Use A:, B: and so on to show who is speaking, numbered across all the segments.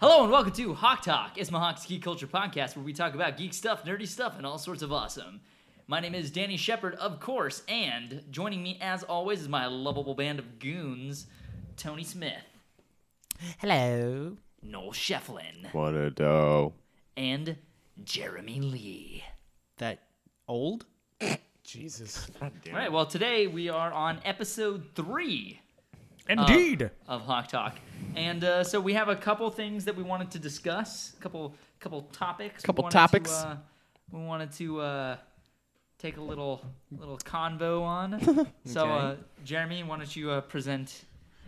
A: Hello and welcome to Hawk Talk. It's my Hawk's Geek Culture Podcast where we talk about geek stuff, nerdy stuff, and all sorts of awesome. My name is Danny Shepard, of course, and joining me as always is my lovable band of goons, Tony Smith,
B: Hello.
A: Noel Shefflin,
C: What a dough.
A: and Jeremy Lee.
B: That old? Jesus.
A: All right, well, today we are on episode three
C: Uh,
B: Indeed.
A: of Hawk Talk. And uh, so we have a couple things that we wanted to discuss, couple couple topics. we
B: Couple
A: wanted to,
B: topics.
A: uh, we wanted to uh, take a little little convo on. so, uh, Jeremy, why don't you uh, present?
D: So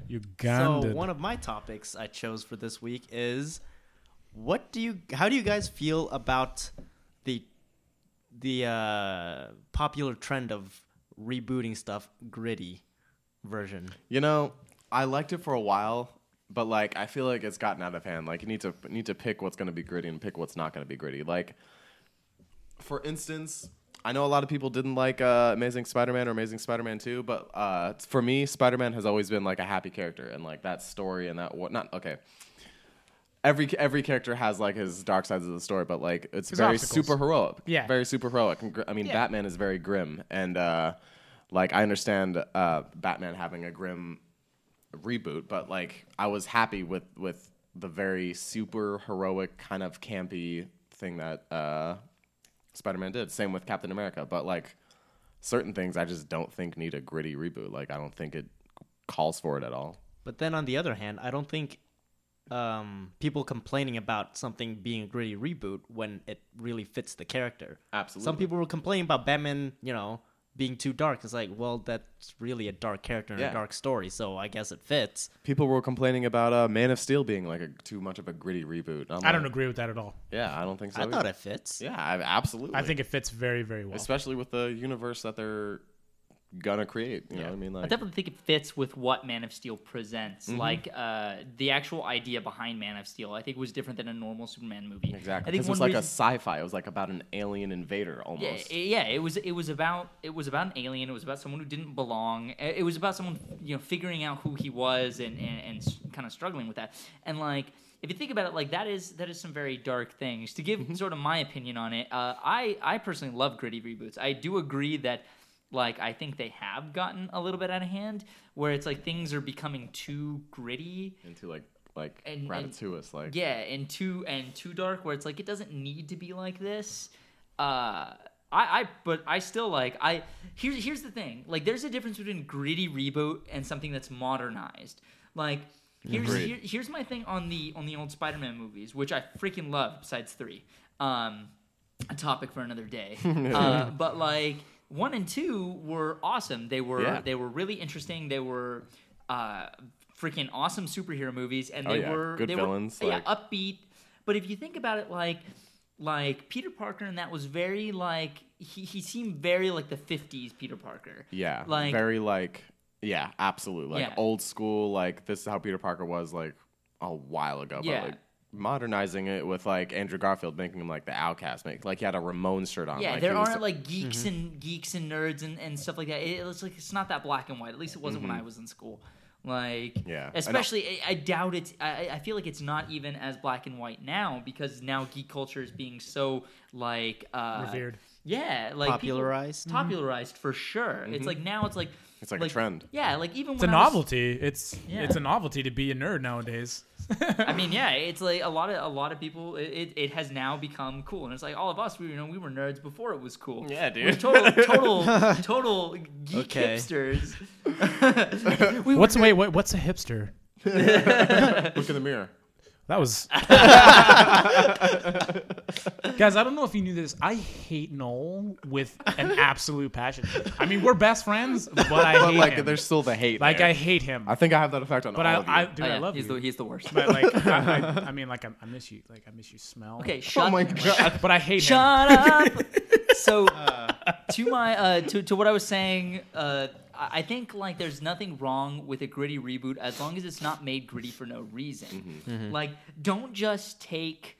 E: Uganda.
D: one of my topics I chose for this week is what do you how do you guys feel about the the uh, popular trend of rebooting stuff gritty version?
C: You know, I liked it for a while, but like I feel like it's gotten out of hand. Like you need to need to pick what's gonna be gritty and pick what's not gonna be gritty. Like for instance, I know a lot of people didn't like uh, Amazing Spider-Man or Amazing Spider-Man 2, but uh, for me, Spider-Man has always been like a happy character, and like that story and that what not okay. Every every character has like his dark sides of the story, but like it's very
E: obstacles.
C: super heroic.
E: Yeah.
C: very super heroic. And gr- I mean, Batman is very grim, and uh, like I understand uh, Batman having a grim reboot, but like I was happy with with the very super heroic kind of campy thing that uh, Spider-Man did. Same with Captain America, but like certain things I just don't think need a gritty reboot. Like I don't think it calls for it at all.
D: But then on the other hand, I don't think um, people complaining about something being a gritty reboot when it really fits the character. Some
C: Absolutely.
D: people were complaining about Batman, you know, being too dark. It's like, well, that's really a dark character and
C: Yeah.
D: a dark story, so I guess it fits.
C: People were complaining about uh, Man of Steel being like a, too much of a gritty reboot. I'm
E: I don't
C: like,
E: agree with that at all.
C: Yeah, I don't think so.
D: I thought
C: either.
D: it fits.
C: Yeah, I, absolutely.
E: I think it fits very, very well.
C: especially with the universe that they're gonna create. You know what I mean?
A: I
C: Like,
A: definitely think it fits with what Man of Steel presents.
C: Mm-hmm.
A: Like uh, the actual idea behind Man of Steel, I think was different than a normal Superman movie.
C: exactly.
A: I think
C: This was
A: one
C: like a
A: reason-
C: sci-fi. It was like about an alien invader
A: Yeah,
C: almost.
A: it- yeah, it was it was about it was about an alien. It was about someone who didn't belong. It it was about someone you know figuring out who he was and and, and s- kind of struggling with that. And like if you think about it, like that is that is some very dark things. To give sort of my opinion on it, uh, I I personally love gritty reboots. I do agree that like I think they have gotten a little bit out of hand, where it's like things are becoming too gritty
C: Into like like
A: And- and-
C: Ratatouille, like
A: yeah and too and too dark where it's like it doesn't need to be like this uh I, I but I still like I here's here's the thing like there's a difference between gritty reboot and something that's modernized like here's
C: Agreed.
A: here, here's my thing on the on the old Spider-Man movies which I freaking love besides three um a topic for another day uh, but like one and two were awesome they were
C: Yeah.
A: they were really interesting they were uh freaking awesome superhero movies and
C: Oh,
A: they
C: yeah.
A: were
C: Good
A: they
C: villains,
A: were,
C: like-
A: yeah, upbeat. But if you think about it, like like Peter Parker, and that was very like he, he seemed very like the '50s Peter Parker.
C: Yeah.
A: like
C: very like yeah, absolutely. Like
A: Yeah.
C: old school, like this is how Peter Parker was like a while ago,
A: Yeah.
C: but like modernizing it with like Andrew Garfield making him like the outcast, make like he had a Ramon shirt on.
A: yeah,
C: like,
A: there
C: he was-
A: aren't like geeks and geeks and nerds and, and stuff like that. It, it's like it's not that black and white. At least it wasn't when I was in school. Like
C: Mm-hmm. Yeah, and I-
A: especially I, I doubt it's. I, I feel like it's not even as black and white now because now geek culture is being so like uh,
E: Revered.
A: Yeah, like people-
D: Popularized. Mm-hmm.
A: popularized for sure.
C: Mm-hmm.
A: It's like now it's like
C: It's like a trend.
A: Yeah, like even
E: It's a
A: when I was-
E: novelty. It's
A: Yeah.
E: it's a novelty to be a nerd nowadays.
A: I mean, yeah, it's like a lot of a lot of people. It, it, it has now become cool, and it's like all of us. We you know we were nerds before it was cool.
C: Yeah, dude.
A: We're total total total geek
D: Okay.
A: hipsters. Oh,
E: We what's wait, wait? What's a hipster?
C: look in the mirror.
E: That was. Guys, I don't know if you knew this. I hate Noel with an absolute passion. I mean, we're best friends, but I
C: But
E: hate
C: like
E: him.
C: there's still the hate.
E: like
C: there.
E: I hate him.
C: I think I have that effect on
E: but
C: all
E: I,
C: of you.
E: I, dude,
A: Oh,
E: I
A: yeah,
E: love
A: he's
E: you.
A: The, he's the worst.
E: but like, I, I, I mean, like I, I miss you. Like I miss you. Smell.
A: okay, shut.
C: oh my god.
E: But I hate him.
A: Shut up. So, to my uh, to to what I was saying, uh, I I think like there's nothing wrong with a gritty reboot as long as it's not made gritty for no reason.
C: Mm-hmm.
D: Mm-hmm.
A: Like, don't just take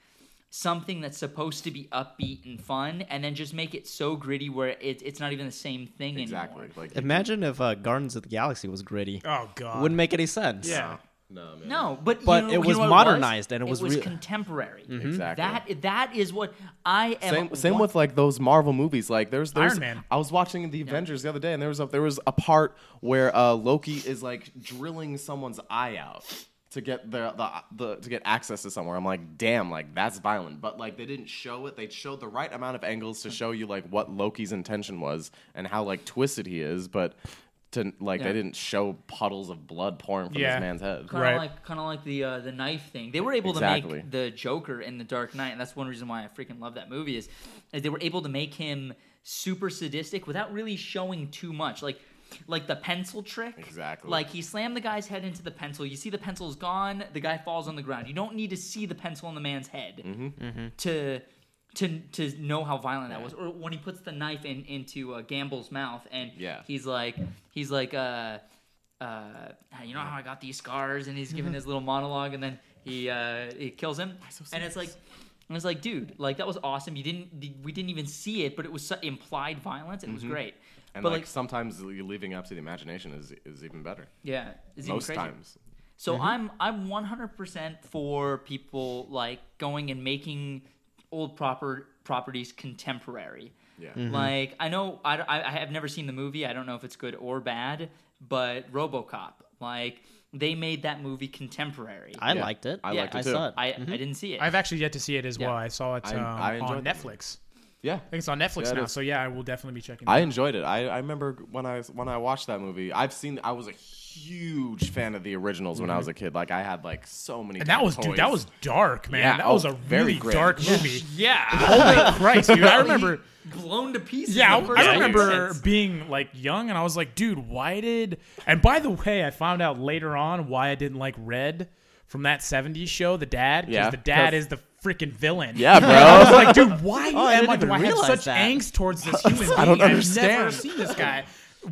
A: something that's supposed to be upbeat and fun and then just make it so gritty where it, it's not even the same thing
C: Exactly.
A: anymore.
C: Like
D: Imagine if uh, Gardens of the Galaxy was gritty.
E: Oh God.
D: Wouldn't make any sense.
E: yeah.
C: No, man.
A: No, but
D: But
A: you-
D: it
A: you
D: was
A: know what
D: modernized and it
A: it
D: was Mm-hmm.
A: was,
D: re-
A: contemporary.
C: Exactly.
A: That that is what I am.
C: Same, same
A: wa-
C: with like those Marvel movies. Like there's, there's
E: Iron Man.
C: I was watching the Avengers the other day, and there was a there was a part where uh, Loki is like drilling someone's eye out to get the, the the to get access to somewhere. I'm like, damn, like that's violent. But like they didn't show it. They showed the right amount of angles to show you like what Loki's intention was and how like twisted he is. But to like
A: Yeah.
C: they didn't show puddles of blood pouring from
E: Yeah.
C: this man's head.
A: Kind
E: Right.
A: of like, kind of like the uh, the knife thing. They were able
C: Exactly.
A: to make the Joker in the Dark Knight, and that's one reason why I freaking love that movie is, is they were able to make him super sadistic without really showing too much. Like, like the pencil trick.
C: Exactly.
A: Like he slammed the guy's head into the pencil. You see the pencil's gone. The guy falls on the ground. You don't need to see the pencil in the man's
C: Mm-hmm.
A: head to. To, to know how violent that was, or when he puts the knife in into uh, Gamble's mouth, and
C: Yeah.
A: he's like, he's like, uh, uh, you know how I got these scars, and he's giving his little monologue, and then he uh, he kills him, and it's like, and it's like, dude, like that was awesome. You didn't, we didn't even see it, but it was su- implied violence, and it
C: Mm-hmm.
A: was great.
C: And
A: but
C: like,
A: like,
C: sometimes leaving up to the imagination is is even better.
A: yeah, it's even
C: Most Mm-hmm.
A: crazy.
C: times.
A: So I'm I'm 100% for people like going and making old proper properties contemporary.
C: Yeah.
A: Mm. Like I know I, I I have never seen the movie. I don't know if it's good or bad, but RoboCop like they made that movie contemporary.
D: I
C: Yeah.
D: liked it.
C: I
D: yeah,
C: liked it
D: I
C: too.
D: saw it.
A: I, I didn't see it.
E: I've actually yet to see it as well.
A: Yeah.
E: I saw it
C: I-
E: um,
C: I enjoyed
E: on
C: it.
E: Netflix.
C: Yeah.
E: I think it's on Netflix
C: Yeah, it
E: now.
C: is.
E: So yeah, I will definitely be checking.
C: I
E: that.
C: enjoyed it. I, I remember when I when I watched that movie. I've seen. I was a huge fan of the originals when I was a kid. Like I had like so many.
E: and that was
C: toys.
E: dude, that was dark, man.
C: Yeah,
E: that was
C: oh,
E: a
C: very
E: really
C: grim.
E: dark movie.
A: yeah,
E: Holy Christ, dude! I remember.
A: blown to pieces.
E: Yeah, I
A: in the first
E: I
A: ten
E: remember
A: minutes.
E: being like young, and I was like, dude, why did? And by the way, I found out later on why I didn't like Red from that '70s show, The Dad.
C: Yeah,
E: because the dad
C: 'cause-
E: is the freaking villain.
C: Yeah,
E: I
C: bro.
E: was like, dude, why
D: Oh, I
E: am
D: didn't
E: I, do
D: even
E: I have
D: realize
E: such
D: that.
E: angst towards this human being?
C: I don't
E: have never
C: understand.
E: seen this guy.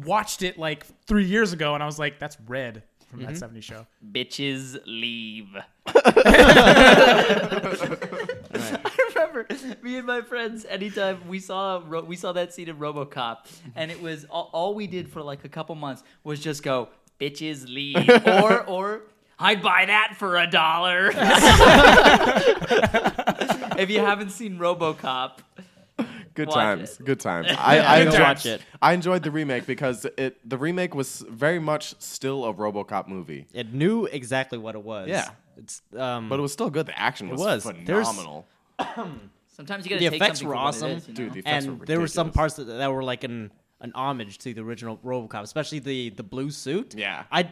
E: Watched it like three years ago, and I was like, that's Red from
C: Mm-hmm.
E: that '70s show.
A: bitches leave. I remember me and my friends. Anytime we saw Ro- we saw that scene in RoboCop, and it was all, all we did for like a couple months was just go bitches leave or or. I'd buy that for a dollar. if you haven't seen RoboCop,
C: Good
A: Watch
C: times.
A: it.
C: Good times. I, I
E: Good
C: enjoyed
E: times.
D: Watch it.
C: I enjoyed the remake because it the remake was very much still a RoboCop movie,
D: It knew exactly what it was.
C: Yeah.
D: It's um
C: but it was still good. The action was,
D: was. There's-
C: phenomenal.
A: sometimes you gotta
D: The
A: take
D: effects
A: something
D: were
A: for what it
D: awesome.
A: is, you know?
C: Dude, the effects
D: and
C: were
D: there were some
C: ridiculous.
D: parts that, that were like an an homage to the original RoboCop, especially the the blue suit.
C: Yeah.
D: I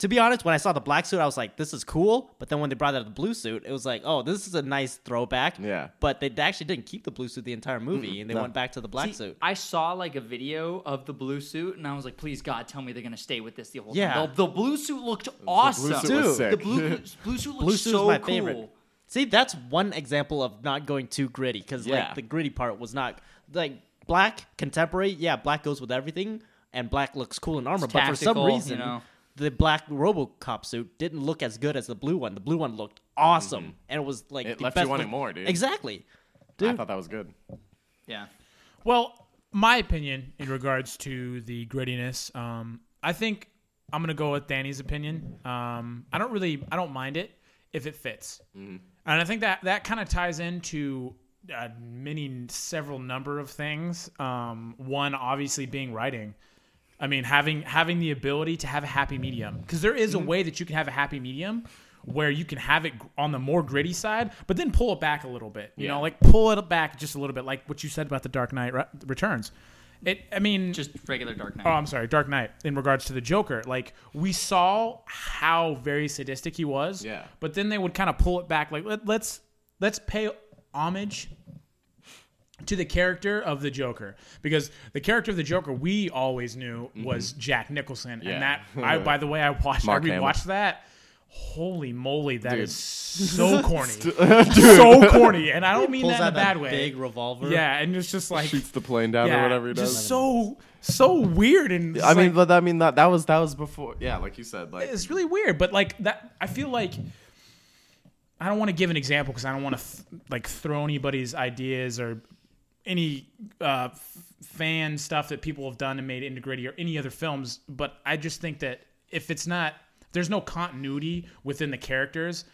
D: to be honest, when I saw the black suit, I was like, "This is cool." But then when they brought out the blue suit, it was like, "Oh, this is a nice throwback."
C: Yeah.
D: But they actually didn't keep the blue suit the entire movie, and they
C: no.
D: went back to the black
A: See,
D: suit.
A: I saw like a video of the blue suit, and I was like, "Please God, tell me they're gonna stay with this the whole
D: Yeah.
A: time." The, the blue suit looked awesome.
C: suit was Dude. sick.
A: The blue, blue suit looked
D: Blue suit
A: so
D: is my
A: cool.
D: favorite. See, that's one example of not going too gritty because
C: Yeah.
D: like the gritty part was not like black contemporary. Yeah, black goes with everything, and black looks cool in armor.
A: It's
D: but for some
A: tactical, you
D: reason,
A: know.
D: the black RoboCop suit didn't look as good as the blue one. The blue one looked awesome, and it was like
C: It
D: the
C: left you
D: best
C: wanting
D: look-
C: more, dude.
D: Exactly.
C: I thought that was good.
A: Yeah,
E: Well, my opinion in regards to the grittiness, um, I think I'm gonna go with Danny's opinion. Um, I don't really, I don't mind it if it fits, and I think that that kind of ties into uh, many, several number of things. Um, one, obviously, being writing. I mean, having having the ability to have a happy medium because there is a way that you can have a happy medium where you can have it gr- on the more gritty side, but then pull it back a little bit. You know, like pull it back just a little bit, like what you said about the Dark Knight Re- Returns. It, I mean,
A: just regular Dark Knight.
E: Oh, I'm sorry, Dark Knight. In regards to the Joker, like we saw how very sadistic he was.
C: Yeah.
E: But then they would kind of pull it back. Like let, let's let's pay homage to the character of the Joker because the character of the Joker we always knew was Jack Nicholson,
C: Mm-hmm. Yeah.
E: and that I by the way I watched
C: Mark
E: I
C: Hamill.
E: rewatched that. Holy moly, that
C: Dude.
E: is so corny, so corny, and I don't mean
D: Pulls
E: that in
D: out
E: a bad
D: that
E: way.
D: big revolver.
E: yeah, and it's just like
C: Shoots the plane down or whatever he does.
E: just so so weird and
C: I
E: just
C: mean,
E: like-
C: but I mean that that was that was before. Yeah, like you said, like
E: it's really weird. But like that, I feel like I don't want to give an example because I don't want to th- like throw anybody's ideas or any uh, f- fan stuff that people have done and made into gritty or any other films. But I just think that if it's not If there's no continuity within the characters,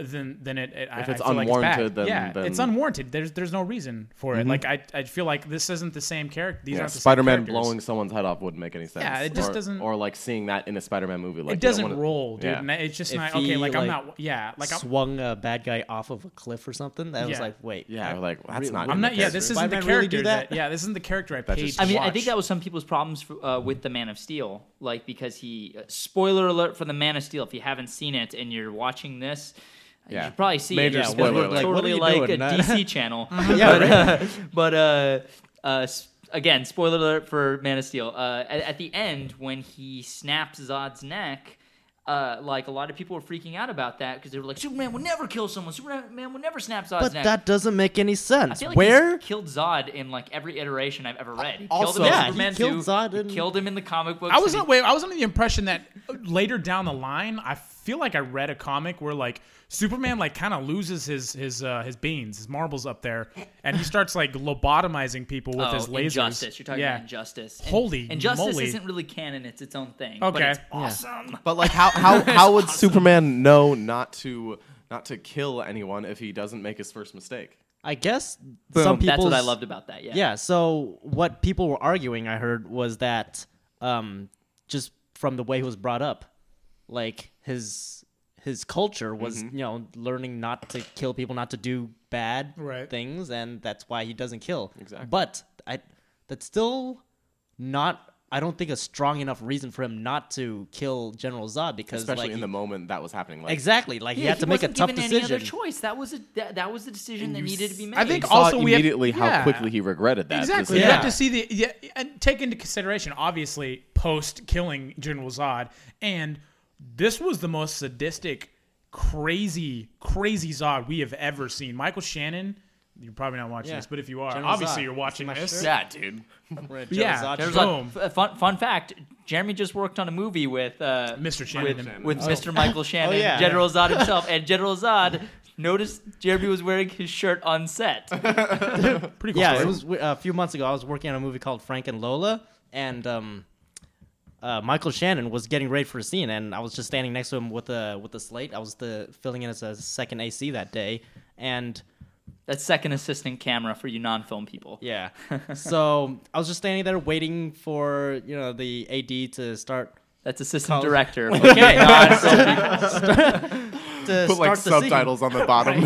E: then then it, it I,
C: If it's
E: I feel like
C: unwarranted,
E: it's bad.
C: then-
E: yeah,
C: then-
E: it's unwarranted. There's there's no reason for it. Like I, I feel like this isn't the same character. These
C: Yeah,
E: aren't the same
C: Spider-Man
E: characters.
C: blowing someone's head off wouldn't make any sense.
E: Yeah, it just
C: or,
E: doesn't-
C: Or like seeing that in a Spider-Man movie. Like
E: It
C: you don't
E: doesn't
C: wanna-
E: roll, dude.
C: Yeah.
E: And it's just
D: If
E: not
D: he,
E: okay. Like, I'm
D: like,
E: not. Yeah, like I'm,
D: swung a bad guy off of a cliff or something. That was
E: Yeah.
D: like, wait,
C: Yeah,
D: I-
C: like that's not.
E: I'm
C: in
E: not.
C: the
E: Yeah,
C: character.
E: this isn't the
D: Spider-Man
E: character.
D: really do
E: that?
D: that?
E: yeah, this isn't the character I paid.
C: just-
E: to
A: I mean, I
E: watch.
A: think that was some people's problems for, uh, with the Man of Steel, like because he. Uh, spoiler alert for the Man of Steel. If you haven't seen it and you're watching this, uh,
C: Yeah.
A: you should probably see
C: Major
A: it.
C: spoiler
A: It's
C: alert. Like,
D: what are
A: totally
D: you
A: like
D: doing?
A: a
D: Not-
A: DC channel.
D: Yeah,
A: but, but uh, uh, s- again, spoiler alert for Man of Steel. Uh, at, at the end, when he snaps Zod's neck. Uh, like a lot of people were freaking out about that because they were like, Superman will never kill someone. Superman will never snap Zod's
D: but
A: neck.
D: that doesn't make any
A: I
D: sense.
A: feel like
D: Where?
A: he's killed Zod in like every iteration I've ever read. He killed
C: Also-
A: him in
C: Yeah, he
A: Superman
D: killed
A: 2,
D: Zod
A: he
D: in-
A: killed him in the comic books.
E: I was
A: and
E: not, wait. I was under the impression that uh, later down the line, I feel like I read a comic where like Superman like kind of loses his his uh, his beans, his marbles up there, and he starts like lobotomizing people with
A: he-
E: his
A: oh,
E: lasers.
A: Injustice. You're talking
E: yeah.
A: about Injustice. And-
E: Holy
A: Injustice
E: moly.
A: isn't really canon. It's its own thing. But
E: Okay.
A: it's awesome.
C: But like, how how how would Superman know not to not to kill anyone if he doesn't make his first mistake?
D: I guess some
A: Boom.
D: people.
A: That's what I loved about that. Yeah.
D: Yeah. So what people were arguing, I heard, was that um, just from the way he was brought up, like his his culture was, you know, learning not to kill people, not to do bad
E: Right.
D: things, and that's why he doesn't kill.
C: Exactly.
D: But I, that's still not. I don't think a strong enough reason for him not to kill General Zod because,
C: Especially
D: like,
C: in
D: he-
C: the moment that was happening. Like,
D: exactly, like he had to make a
A: wasn't
D: tough
A: given Any
D: decision.
A: other choice. That was a that, that was the decision that needed to be made.
E: I think
C: saw
E: also we have-
C: immediately how
E: yeah.
C: quickly he regretted that.
E: Exactly.
C: decision.
E: You
D: Yeah.
E: have to see the yeah, and take into consideration obviously post killing General Zod, and this was the most sadistic, crazy, crazy Zod we have ever seen. Michael Shannon. You're probably not watching
D: Yeah.
E: this, but if you are,
D: General
E: obviously
D: Zod.
E: you're
D: You see
E: watching
D: my
E: this.
D: shirt?
C: Yeah, dude.
D: Right, Joe
E: Yeah,
D: Zod
E: there's
D: just-
E: like-
A: Boom. F- fun, fun fact: Jeremy just worked on a movie with uh,
E: Mr. Shannon.
A: with, with Mr. Michael Shannon,
D: Oh. yeah.
A: General Zod himself, and General Zod noticed Jeremy was wearing his shirt on set.
E: Pretty cool.
D: Yeah,
E: story.
D: it was uh, a few months ago. I was working on a movie called Frank and Lola, and um, uh, Michael Shannon was getting ready for a scene, and I was just standing next to him with a with a slate. I was the filling in as a second AC that day, and
A: That's second assistant camera for you non-film people.
D: yeah, so I was just standing there waiting for you know the AD to start
A: That's assistant
D: Call-
A: director.
D: Okay.
A: non-film people.
D: to
C: Put like
D: start the scene.
C: subtitles on the bottom.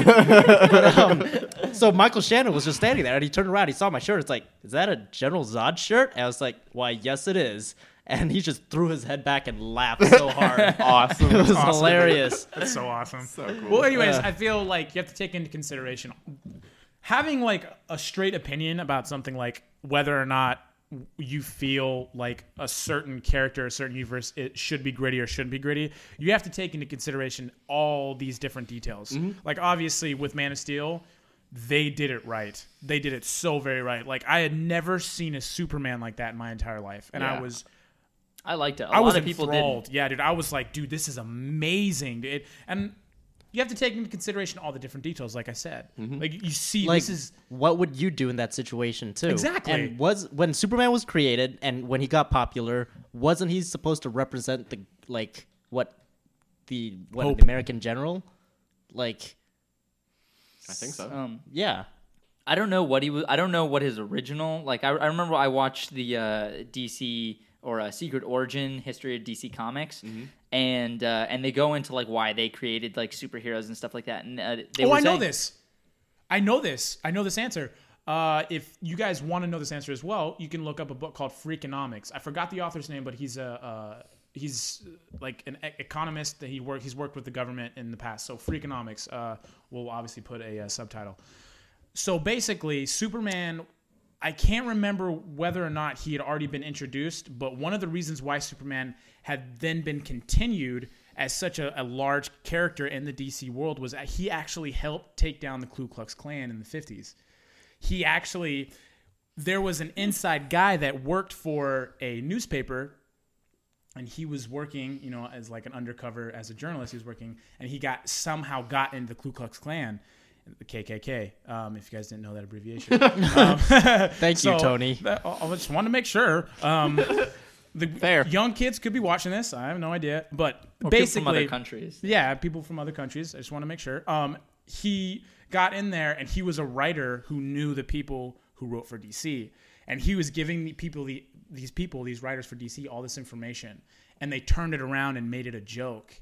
D: So Michael Shannon was just standing there, and he turned around. He saw my shirt. It's like, is that a General Zod shirt? And I was like, why, yes, it is. And he just threw his head back and laughed so hard.
C: awesome.
D: it was
E: Awesome.
D: hilarious.
E: That's so awesome. so
C: cool.
E: Well, anyways, I feel like you have to take into consideration having like a straight opinion about something like whether or not you feel like a certain character, a certain universe, it should be gritty or shouldn't be gritty. You have to take into consideration all these different details.
C: Mm-hmm.
E: Like obviously with Man of Steel, they did it right. They did it so very right. Like I had never seen a Superman like that in my entire life, and I
C: Yeah.
E: was
A: I liked it. A
E: I
A: lot
E: was
A: of people
E: enthralled.
A: did.
E: Yeah, dude, I was like, dude, this is amazing. dude. It, and you have to take into consideration all the different details, like I said.
A: Mm-hmm.
E: Like you see,
D: Like,
E: this is
D: what would you do in that situation too?
E: Exactly.
D: And was when Superman was created and when he got popular, wasn't he supposed to represent the like what the what
E: Hope.
D: the American general? Like,
C: I think so.
A: Um,
D: yeah,
A: I don't know what he was. I don't know what his original. Like I, I remember I watched the uh, DC or uh, Secret Origin History of DC Comics,
E: Mm-hmm.
A: and uh, and they go into like why they created like superheroes and stuff like that. And uh, they
E: oh,
A: were
E: I know
A: saying-
E: this. I know this. I know this answer. Uh, if you guys want to know this answer as well, you can look up a book called Freakonomics. I forgot the author's name, but he's a uh, he's uh, like an e- economist that he work he's worked with the government in the past. So Freakonomics. Uh, we'll obviously put a uh, subtitle. So basically, Superman. I can't remember whether or not he had already been introduced, but one of the reasons why Superman had then been continued as such a, a large character in the DC world was that he actually helped take down the Ku Klux Klan in the 50s. He actually, there was an inside guy that worked for a newspaper and he was working, you know, as like an undercover as a journalist. He was working, and he got somehow got into the Ku Klux Klan, the KKK. Um, if you guys didn't know that abbreviation,
D: thank you, Tony.
E: that- I I just wanted to make sure. Um, the
C: Fair.
E: young kids could be watching this. I have no idea, but
A: Or people
E: basically,
A: from other countries.
E: yeah, people from other countries. I just want to make sure. Um, he got in there and he was a writer who knew the people who wrote for DC, and he was giving the people the, these people these writers for DC all this information, and they turned it around and made it a joke.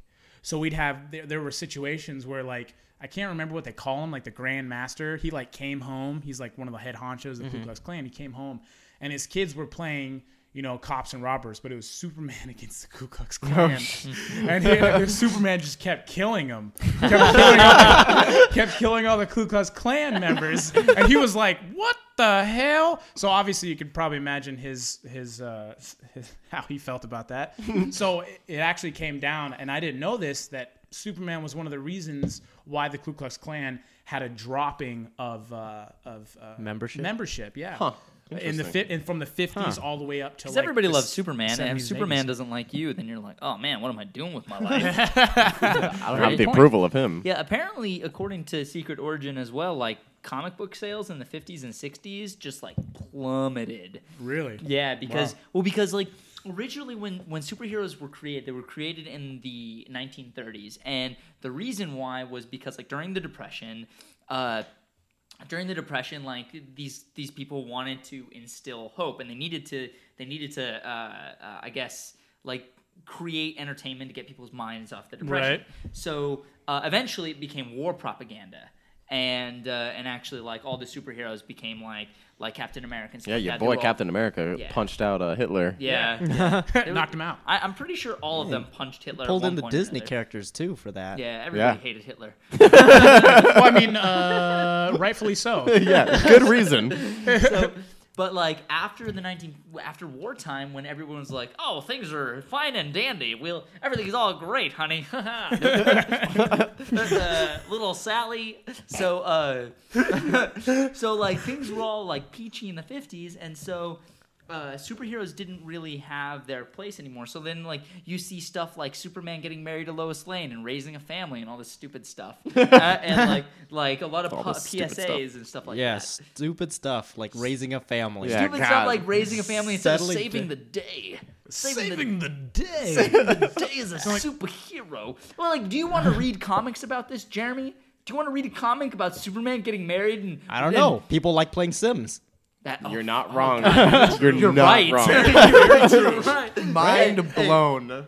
E: So we'd have there, there were situations where like I can't remember what they call him, like the Grand Master. He like came home. He's like one of the head honchos of the Ku Klux Klan. He came home, and his kids were playing. You know, cops and robbers, but it was Superman against the Ku Klux Klan, and he, Superman just kept killing him, kept killing, all the, kept killing all the Ku Klux Klan members, and he was like, "What the hell?" So obviously, you could probably imagine his his, uh, his how he felt about that. so it, it actually came down, and I didn't know this that Superman was one of the reasons why the Ku Klux Klan had a dropping of uh, of uh,
D: Membership?
E: Membership, yeah. In the fi- in, from the fifties all the way up to
A: Because
E: like
A: everybody
E: the
A: loves
E: s-
A: Superman, and if
E: 70s,
A: Superman
E: 80s.
A: doesn't like you, then you're like, oh man, what am I doing with my life?
C: I don't
A: Great
C: have the
A: point.
C: approval of him.
A: Yeah, apparently, according to Secret Origin as well, like comic book sales in the 50s and 60s just like plummeted.
E: really
A: Yeah, because
E: Wow.
A: well, because like originally when when superheroes were created, they were created in the 1930s, and the reason why was because like during the Depression. Uh, during the depression like these these people wanted to instill hope and they needed to they needed to uh, uh, i guess like create entertainment to get people's minds off the depression
E: Right.
A: so uh, eventually it became war propaganda and uh, and actually like all the superheroes became like like captain america and stuff
C: Yeah,
A: like
C: your
A: that. They
C: boy
A: were all-
C: Captain America
A: Yeah.
C: punched out uh, Hitler.
A: yeah, They were-
E: knocked him out.
A: I, i'm pretty sure all of them punched hitler at
D: Pulled
A: one
D: in the
A: point or
D: Disney
A: another.
D: characters too for that.
A: yeah everybody
C: Yeah.
A: hated hitler
E: well, I mean, uh, rightfully so.
C: yeah, good reason.
A: so, but like after the 19 after wartime when everyone's like oh things are fine and dandy we'll everything's all great honey uh, little sally so uh so like things were all like peachy in the 50s and so uh, superheroes didn't really have their place anymore. So then, like, you see stuff like Superman getting married to Lois Lane and raising a family and all this stupid stuff, uh, and like, like a lot of
C: All
A: pu-
C: this stupid
A: PSAs
C: stuff.
A: and stuff like
D: yeah,
A: that
D: stupid stuff like raising a family.
C: Yeah.
A: stupid
C: God.
A: stuff like raising a family instead of
D: Settling
A: saving
D: da-
A: the day.
E: Saving the day.
A: the day is a superhero. Well, like, do you want to read comics about this, Jeremy? Do you want to read a comic about Superman getting married and
D: I don't
A: and
D: know. People like playing Sims.
A: That, oh,
C: You're not wrong. You're,
A: You're
C: not
A: right.
C: wrong.
A: You're right.
C: Mind blown.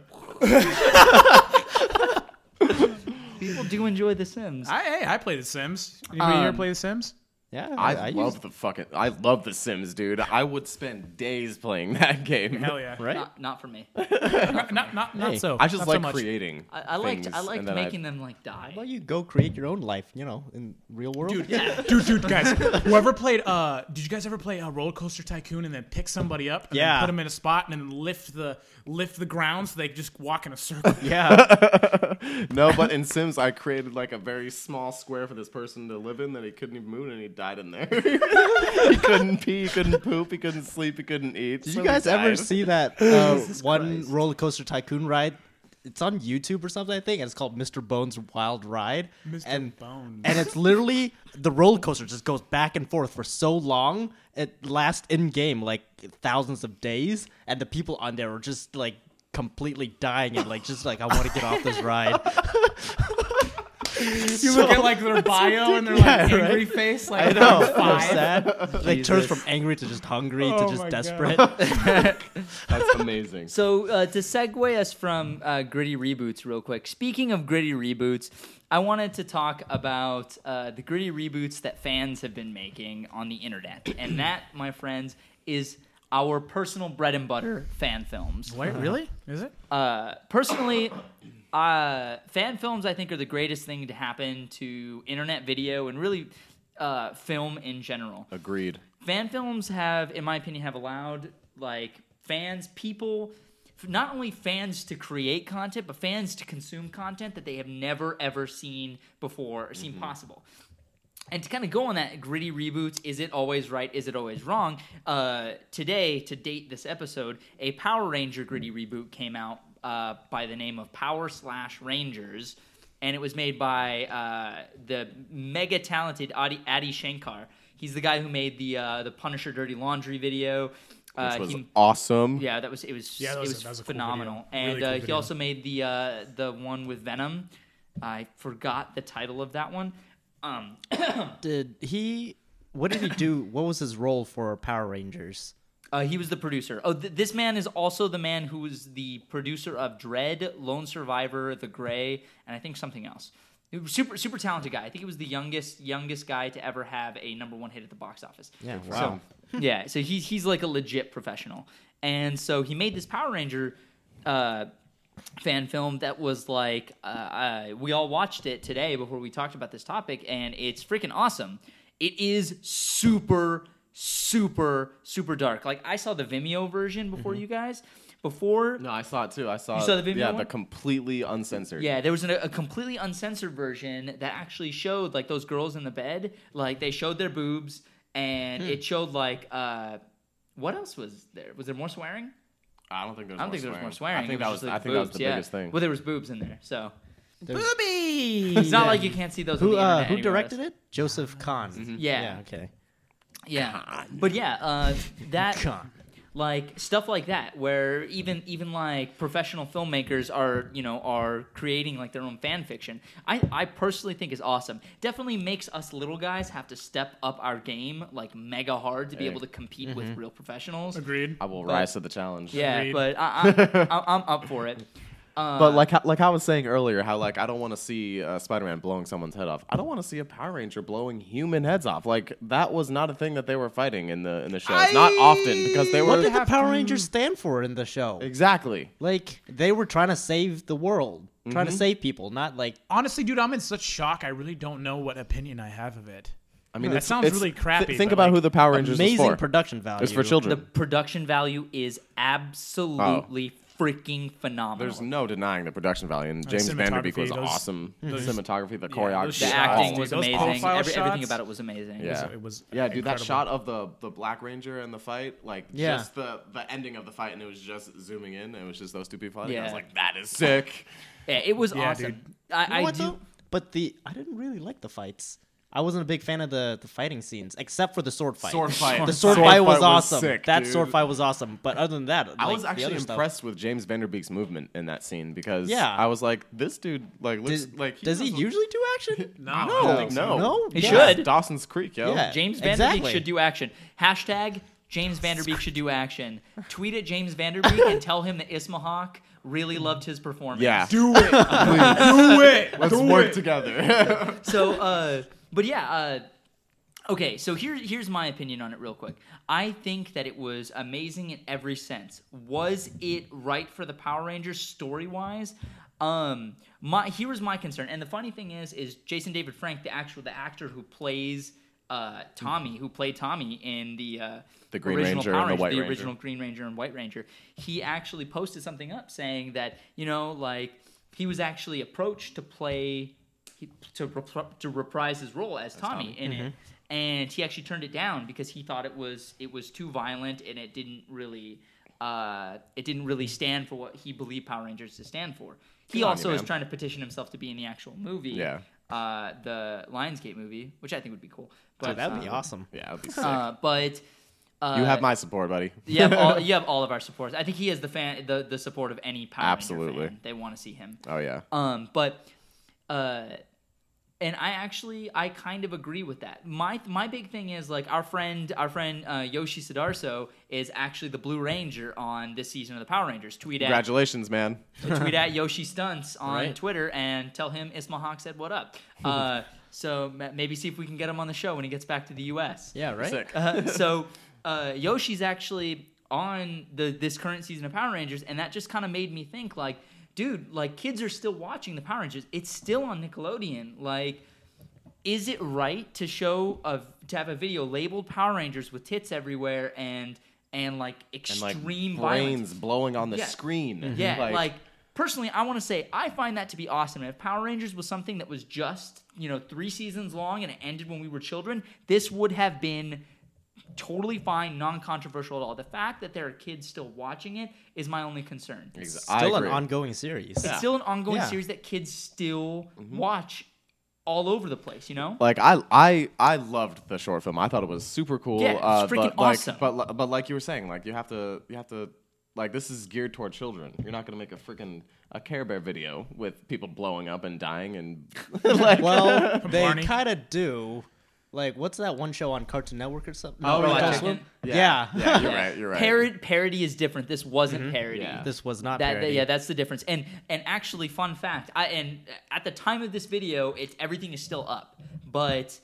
A: People do enjoy The Sims.
E: I, hey, I play The Sims. Anybody here play The Sims?
D: Yeah,
C: I,
D: used-
C: love the fucking. I love The Sims, dude. I would spend days playing that game.
E: Hell yeah.
D: right.
A: Not, not for me.
E: Not, not, not
D: Hey,
E: so.
C: I just
E: not so
C: like
E: much.
C: creating.
A: I, I liked
C: things,
A: I liked
C: and then
A: making them like die.
D: Well, you go create your own life, you know, in real world.
E: Dude, dude, dude, guys! Whoever played, uh, did you guys ever play uh, Roller Coaster Tycoon and then pick somebody up, and then
D: Yeah.
E: put them in a spot, and then lift the lift the ground so they just walk in a circle?
D: yeah,
C: No, but in Sims, I created like a very small square for this person to live in that he couldn't even move, in, and he died in there. he couldn't pee, he couldn't poop, he couldn't sleep, he couldn't eat.
D: did
C: so
D: you
C: he
D: guys ever
C: died.
D: see that uh, one
C: Christ.
D: roller coaster tycoon ride? It's on YouTube or something, I think, and it's called Mr. Bones Wild Ride.
E: Mr.
D: And,
E: Bones.
D: and it's literally the roller coaster just goes back and forth for so long. It lasts in game like thousands of days, and the people on there are just like completely dying and like just like I want to get off this ride.
E: You look at like their bio and their like
D: Yeah, right?
E: angry face, like
D: I know.
E: they're
D: I'm
E: five.
D: sad. They turns
A: Jesus.
D: from angry to just hungry
E: Oh
D: to just
E: my
D: desperate.
C: That's amazing.
A: So uh, to segue us from uh, gritty reboots, real quick. Speaking of gritty reboots, I wanted to talk about uh, the gritty reboots that fans have been making on the internet, and that, my friends, is our personal bread and butter fan films.
E: Wait, really? Is it?
A: Uh, personally, uh, fan films I think are the greatest thing to happen to internet video and really uh, film in general
C: Agreed.
A: fan films have in my opinion have allowed like fans people f- not only fans to create content but fans to consume content that they have never ever seen before or seen possible and to kind of go on that gritty reboots is it always right is it always wrong uh, today to date this episode a power ranger gritty reboot came out uh, by the name of power slash rangers and it was made by uh, the mega talented adi, adi shankar he's the guy who made the uh, the punisher dirty laundry video Uh,
C: which was
A: he-
C: awesome.
A: yeah, that was it was
E: Yeah, that
A: it
E: was-
A: was,
E: that was a cool
A: phenomenal.
E: video.
A: and
E: Really cool
A: uh, he
E: video.
A: also made the uh, the one with Venom. I forgot the title of that one. Um,
D: Did he? What did he do? What was his role for Power Rangers?
A: Uh, he was the producer. Oh, th- this man is also the man who was the producer of Dread, Lone Survivor, The Gray, and I think something else. He was Super, super talented guy. I think he was the youngest, youngest guy to ever have a number one hit at the box office.
D: Yeah,
A: So-
D: wow.
A: yeah, so he's he's like a legit professional, and so he made this Power Ranger uh, fan film that was like uh, uh, we all watched it today before we talked about this topic, and it's freaking awesome. It is super, super, super dark. Like I saw the Vimeo version before you guys. Before
C: Mm-hmm. No, I saw it too. I saw.
A: You saw the Vimeo
C: Yeah, the
A: one?
C: completely uncensored.
A: Yeah, there was an, a completely uncensored version that actually showed like those girls in the bed, like they showed their boobs,
C: Hmm.
A: and it showed like uh, what else was there? Was there more swearing?
C: I don't think there's.
A: I don't
C: more
A: think there was
C: swearing.
A: more swearing.
C: I think
A: It
C: that
A: just,
C: was. I
A: like,
C: think that was
A: boobs,
C: the
A: yeah.
C: biggest thing.
A: Well, there was boobs in there, so
D: Boobies.
A: it's not like you can't see those. on
D: who
A: the
D: uh,
A: internet
D: who
A: anywhere
D: directed
A: else.
D: it? Joseph Kahn.
A: Yeah.
D: Yeah. Okay.
A: Yeah, but yeah, uh, that
D: Kahn.
A: like stuff like that where even even like professional filmmakers are you know are creating like their own fan fiction i i personally think is awesome definitely makes us little guys have to step up our game like mega hard to be able to compete with real professionals
E: Agreed.
C: I will rise to the challenge.
A: yeah
E: Agreed.
A: but I, I, I, i'm up for it uh,
C: But like, how- like I was saying earlier, how like I don't want to see uh, Spider-Man blowing someone's head off. I don't want to see a Power Ranger blowing human heads off. Like that was not a thing that they were fighting in the in the show. It's Not often because they
D: What
C: were
D: did the Power Rangers stand for in the show?
C: exactly.
D: Like they were trying to save the world, trying
C: Mm-hmm.
D: to save people, not like
E: Honestly, dude, I'm in such shock. I really don't know what opinion I have of it.
C: I mean,
E: That
C: it's-
E: sounds
C: it's-
E: really
C: thi-
E: crappy,
C: think
E: but,
C: about
E: like,
C: who the Power Rangers is
D: amazing
C: for.
D: production value.
C: It's for
A: the
C: children.
A: production value is absolutely freaking phenomenal
C: There's no denying the production value, and James Vanderbeek
E: cinematography,
C: was
E: those-
C: awesome. The
E: those-
C: cinematography, the
E: Yeah,
C: choreography,
E: those
A: the
E: shots,
A: acting
E: dude,
A: was
E: those
A: amazing
E: profile
A: Every- everything
E: shots.
A: about it was amazing
C: Yeah,
E: it was
C: yeah, dude. That
E: incredible.
C: shot of the the Black Ranger and the fight, like
D: Yeah.
C: just the the ending of the fight, and it was just zooming in, and it was just those two people fighting. I was
A: Yeah.
C: like, that is sick.
A: Yeah, it was
E: Yeah,
A: awesome
E: dude.
D: You know
A: i, I
D: what,
A: do
D: though? But the I didn't really like the fights. I wasn't a big fan of the the fighting scenes, except for the sword fight.
C: Sword fight.
D: The sword, fight, was, awesome.
C: sick,
D: that
C: dude.
D: sword fight was awesome. But other than that,
C: I
D: like,
C: was
D: the
C: actually
D: other stuff-
C: impressed with James Vanderbeek's movement in that scene because
D: Yeah.
C: I was like, this dude like looks
D: Does,
C: like
D: does he
C: knows what-
D: usually do action?
E: No, I
C: No,
E: don't think so.
C: no,
D: No,
A: He
D: yeah.
A: should.
C: Dawson's Creek, yo.
D: Yeah.
A: James Vanderbeek
D: Exactly.
A: should do action. Hashtag James Vanderbeek should do action. Tweet at James Vanderbeek and tell him that Ismahawk really loved his performance.
C: Yeah.
E: Do it. do it.
C: Let's
E: do
C: work
E: it.
C: together.
A: So, uh, but yeah. Uh, okay, so here, here's my opinion on it, real quick. I think that it was amazing in every sense. Was it right for the Power Rangers story wise? Um, my here was my concern, and the funny thing is, is Jason David Frank, the actual the actor who plays uh, Tommy, who played Tommy in the uh,
C: The Green
A: original
C: Ranger
A: Power
C: and the
A: Rangers,
C: White
A: the
C: Ranger.
A: original Green Ranger and White Ranger, he actually posted something up saying that you know like he was actually approached to play he- to repri- to reprise his role as Tommy, in it,
C: Mm-hmm.
A: and he actually turned it down because he thought it was it was too violent and it didn't really uh, it didn't really stand for what he believed Power Rangers to stand for. He
C: Good on
A: also
C: you,
A: is
C: man.
A: trying to petition himself to be in the actual movie,
C: Yeah.
A: uh, the Lionsgate movie, which I think would be cool. But
D: Dude, that'd be
A: um,
D: awesome.
C: yeah, that'd be sick.
A: Uh, but uh,
C: you have my support, buddy.
A: you have all you have all of our supports. I think he has the fan the, the support of any Power Ranger
C: Absolutely.
A: fan. They want to see him.
C: Oh yeah.
A: Um, but uh, and I actually I kind of agree with that. My my big thing is like our friend our friend uh, Yoshi Sadarso is actually the Blue Ranger on this season of the Power Rangers. Tweet at
C: Congratulations, man.
A: tweet at Yoshi Stunts on
D: Right.
A: Twitter and tell him Isma Hawk said what up. Uh, so ma- maybe see if we can get him on the show when he gets back to the U.S.
D: Yeah, right.
C: Sick.
A: Uh, so uh, Yoshi's actually on the this current season of Power Rangers, and that just kind of made me think, like, dude, like kids are still watching the Power Rangers. It's still on Nickelodeon. Like, is it right to show a to have a video labeled Power Rangers with tits everywhere and and like
C: and like
A: extreme
C: brains
A: violence?
C: blowing on the
A: Yeah.
C: screen.
A: Yeah, like, personally, I want to say I find that to be awesome. And if Power Rangers was something that was just you know three seasons long and it ended when we were children, this would have been totally fine, non-controversial at all. The fact that there are kids still watching it is my only concern.
C: Exa- I
D: Still an
C: agree.
D: ongoing series.
A: It's still an ongoing
D: Yeah.
C: Mm-hmm.
A: series that kids still watch all over the place. You know,
C: Like I, I, I loved the short film. I thought it was super cool.
A: Yeah, it's
C: uh,
A: freaking
C: but, like,
A: awesome.
C: But li- but like you were saying, like you have to, you have to, like this is geared toward children. You're not gonna make a freaking a Care Bear video with people blowing up and dying and like.
D: Well, they
E: Barney.
D: kind of do. Like, what's that one show on Cartoon Network or something?
C: Oh,
D: No,
A: Robot
D: Adult
A: Chicken?
D: Swim?
C: Yeah.
D: Yeah.
C: yeah, you're right. You're right. Mm-hmm.
A: Parod- parody is different. This wasn't parody.
C: Yeah.
D: This was not
A: That,
D: parody.
A: yeah, that's the difference. And and actually, fun fact. I and at the time of this video, it everything is still up, but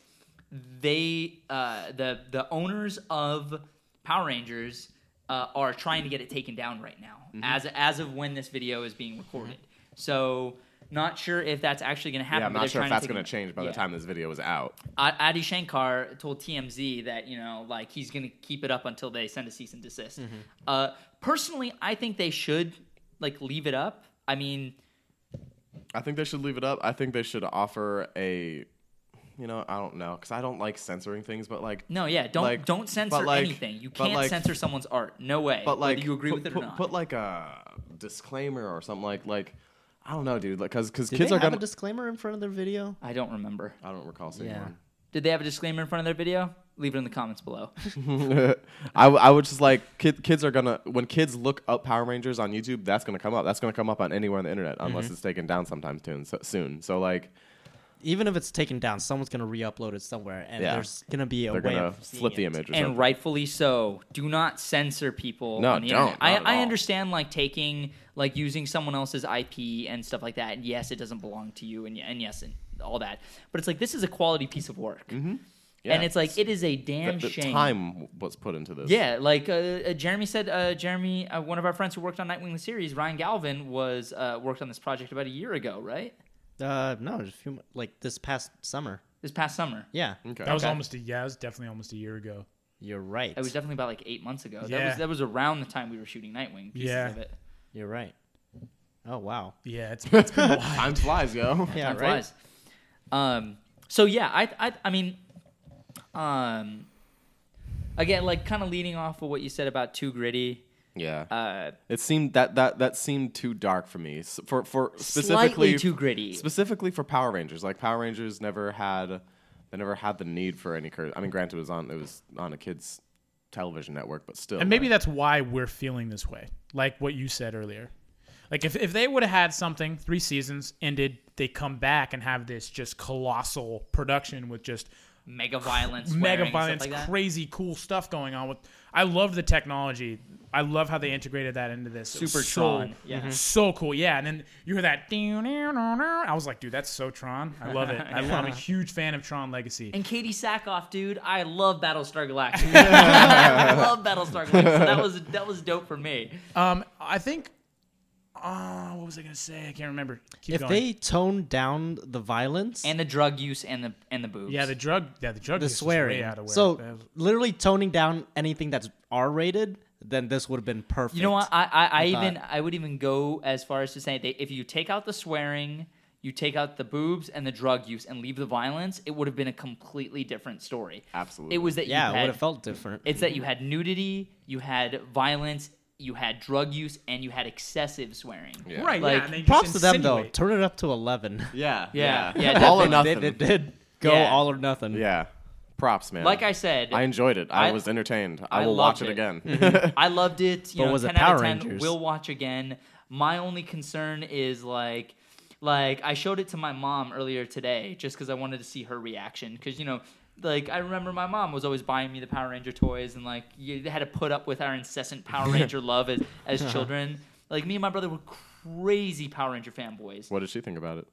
A: they uh, the the owners of Power Rangers uh, are trying to get it taken down right now,
C: Mm-hmm.
A: as as of when this video is being recorded. So. Not sure if that's actually going to happen.
C: Yeah, I'm
A: but
C: not
A: they're
C: sure if
A: trying
C: that's
A: take
C: gonna
A: it-
C: change by
A: Yeah.
C: the time this video is out.
A: A- Adi Shankar told TMZ that you know, like he's going to keep it up until they send a cease and desist.
C: Mm-hmm.
A: Uh, personally, I think they should like leave it up. I mean,
C: I think they should leave it up. I think they should offer a, you know, I don't know, because I don't like censoring things, but like,
A: no, yeah, don't
C: Like,
A: don't
C: but
A: censor
C: like-
A: anything. You
C: but
A: can't
C: like-
A: censor someone's art. No way.
C: but like,
A: whether you agree
C: put,
A: with it
C: put,
A: or not?
C: put like a disclaimer or something like like, I don't know, dude, because because
D: Did
C: kids
D: they
C: are
D: have
C: gonna.
D: a disclaimer in front of their video?
A: I don't remember.
C: I don't recall seeing
D: Yeah.
A: Did they have a disclaimer in front of their video? Leave it in the comments below.
C: one. I, w- I would just like kid, kids are gonna when kids look up Power Rangers on YouTube, that's gonna come up. That's gonna come up on anywhere on the internet unless
A: Mm-hmm.
C: it's taken down sometime soon. So, soon, so like
D: Even if it's taken down, someone's gonna re-upload it somewhere, and
C: Yeah.
D: there's gonna be a
C: they're
D: way
C: gonna
D: of seeing
C: flip the
D: it.
C: image or
A: and
C: something.
A: rightfully so. Do not censor people.
C: No,
A: on the
C: don't,
A: internet.
C: not at
A: I, I
C: all.
A: understand like taking like using someone else's IP and stuff like that. And yes, it doesn't belong to you, and y- and yes, and all that. But it's like this is a quality piece of work,
C: Yeah.
A: and it's like it is a
C: Mm-hmm. The-
A: damn
C: the
A: shame.
C: time was put into this.
A: Yeah, like uh, uh, Jeremy said, uh, Jeremy, uh, one of our friends who worked on Nightwing the series, Ryan Galvin, was uh, worked on this project about a year ago, right?
D: Uh, no, just a few, mo- like this past summer.
A: This past summer.
D: Yeah,
C: Okay.
E: That was
C: Okay.
E: almost a yeah. It was definitely almost a year ago.
D: you're right.
A: That was definitely about like eight months ago. That
E: Yeah.
A: was that was around the time we were shooting Nightwing. Pieces
E: Yeah.
A: Of it.
D: You're right. Oh wow.
E: Yeah, it's, it's been a while.
C: Time flies, yo.
D: Yeah,
A: time
D: right.
A: flies. Um, so yeah, I, I, I mean, um, again, like kind of leading off of what you said about too gritty.
C: Yeah.
A: Uh,
C: It seemed that that that seemed too dark for me. S- For for specifically
A: too gritty.
C: Specifically for Power Rangers, like Power Rangers never had they never had the need for any curse. I mean, granted, it was on it was on a kids television network, but still.
E: And maybe
C: like,
E: that's why we're feeling this way. Like what you said earlier. Like if, if they would have had something, three seasons ended, they come back and have this just colossal production with just
A: mega violence, swearing,
E: mega
A: stuff
E: violence,
A: like that.
E: crazy cool stuff going on with I love the technology. I love how they integrated that into this. It was
A: Super
E: so, Mm-hmm.
A: Tron, yeah. Mhm.
E: So cool. Yeah. And then you hear that. I was like, dude, that's so Tron. I love it. I love, I'm a huge fan of Tron Legacy.
A: And Katie Sackhoff, dude, I love Battlestar Galactica. I love Battlestar Galactica. So that was that was dope for me.
E: Um, I think. Uh, what was I gonna say? I can't remember. Keep
D: If
E: going.
D: they toned down the violence
A: And the drug use and the and the boobs.
E: yeah, the drug, yeah, the drug
D: the
E: use was way
D: swearing.
E: out of whack.
D: so
E: That was-
D: literally toning down anything that's R-rated, then this would have been perfect.
A: You know what? I I, I
D: thought-
A: even I would even go as far as to say that if you take out the swearing, you take out the boobs and the drug use, and leave the violence, it would have been a completely different story.
C: Absolutely.
A: It was that you
D: yeah, it
A: had,
D: would have felt different.
A: it's that you had nudity, you had violence, you had drug use, and you had excessive swearing.
C: Yeah.
E: right,
A: Like,
E: yeah, and they just
D: Props to them though.
E: insinuate.
D: Turn it up to eleven.
C: yeah,
A: Yeah, yeah,
C: yeah, all or
D: They-
C: nothing.
D: They, did go
A: Yeah.
D: all or nothing.
C: Yeah, props, man.
A: Like I said,
C: I enjoyed it. I,
A: I-
C: was entertained. I,
A: I
C: will watch
A: loved
C: it, Mm-hmm.
A: it.
C: again.
A: I loved it. You
D: But
A: know,
D: was it
A: ten out of
D: Power
A: ten.
D: Rangers?
A: Will watch again. My only concern is like, like I showed it to my mom earlier today, just because I wanted to see her reaction. Because you know, like I remember my mom was always buying me the Power Ranger toys, and like you had to put up with our incessant Power Ranger love as as children. Like me and my brother were crazy Power Ranger fanboys.
C: what did she think about it?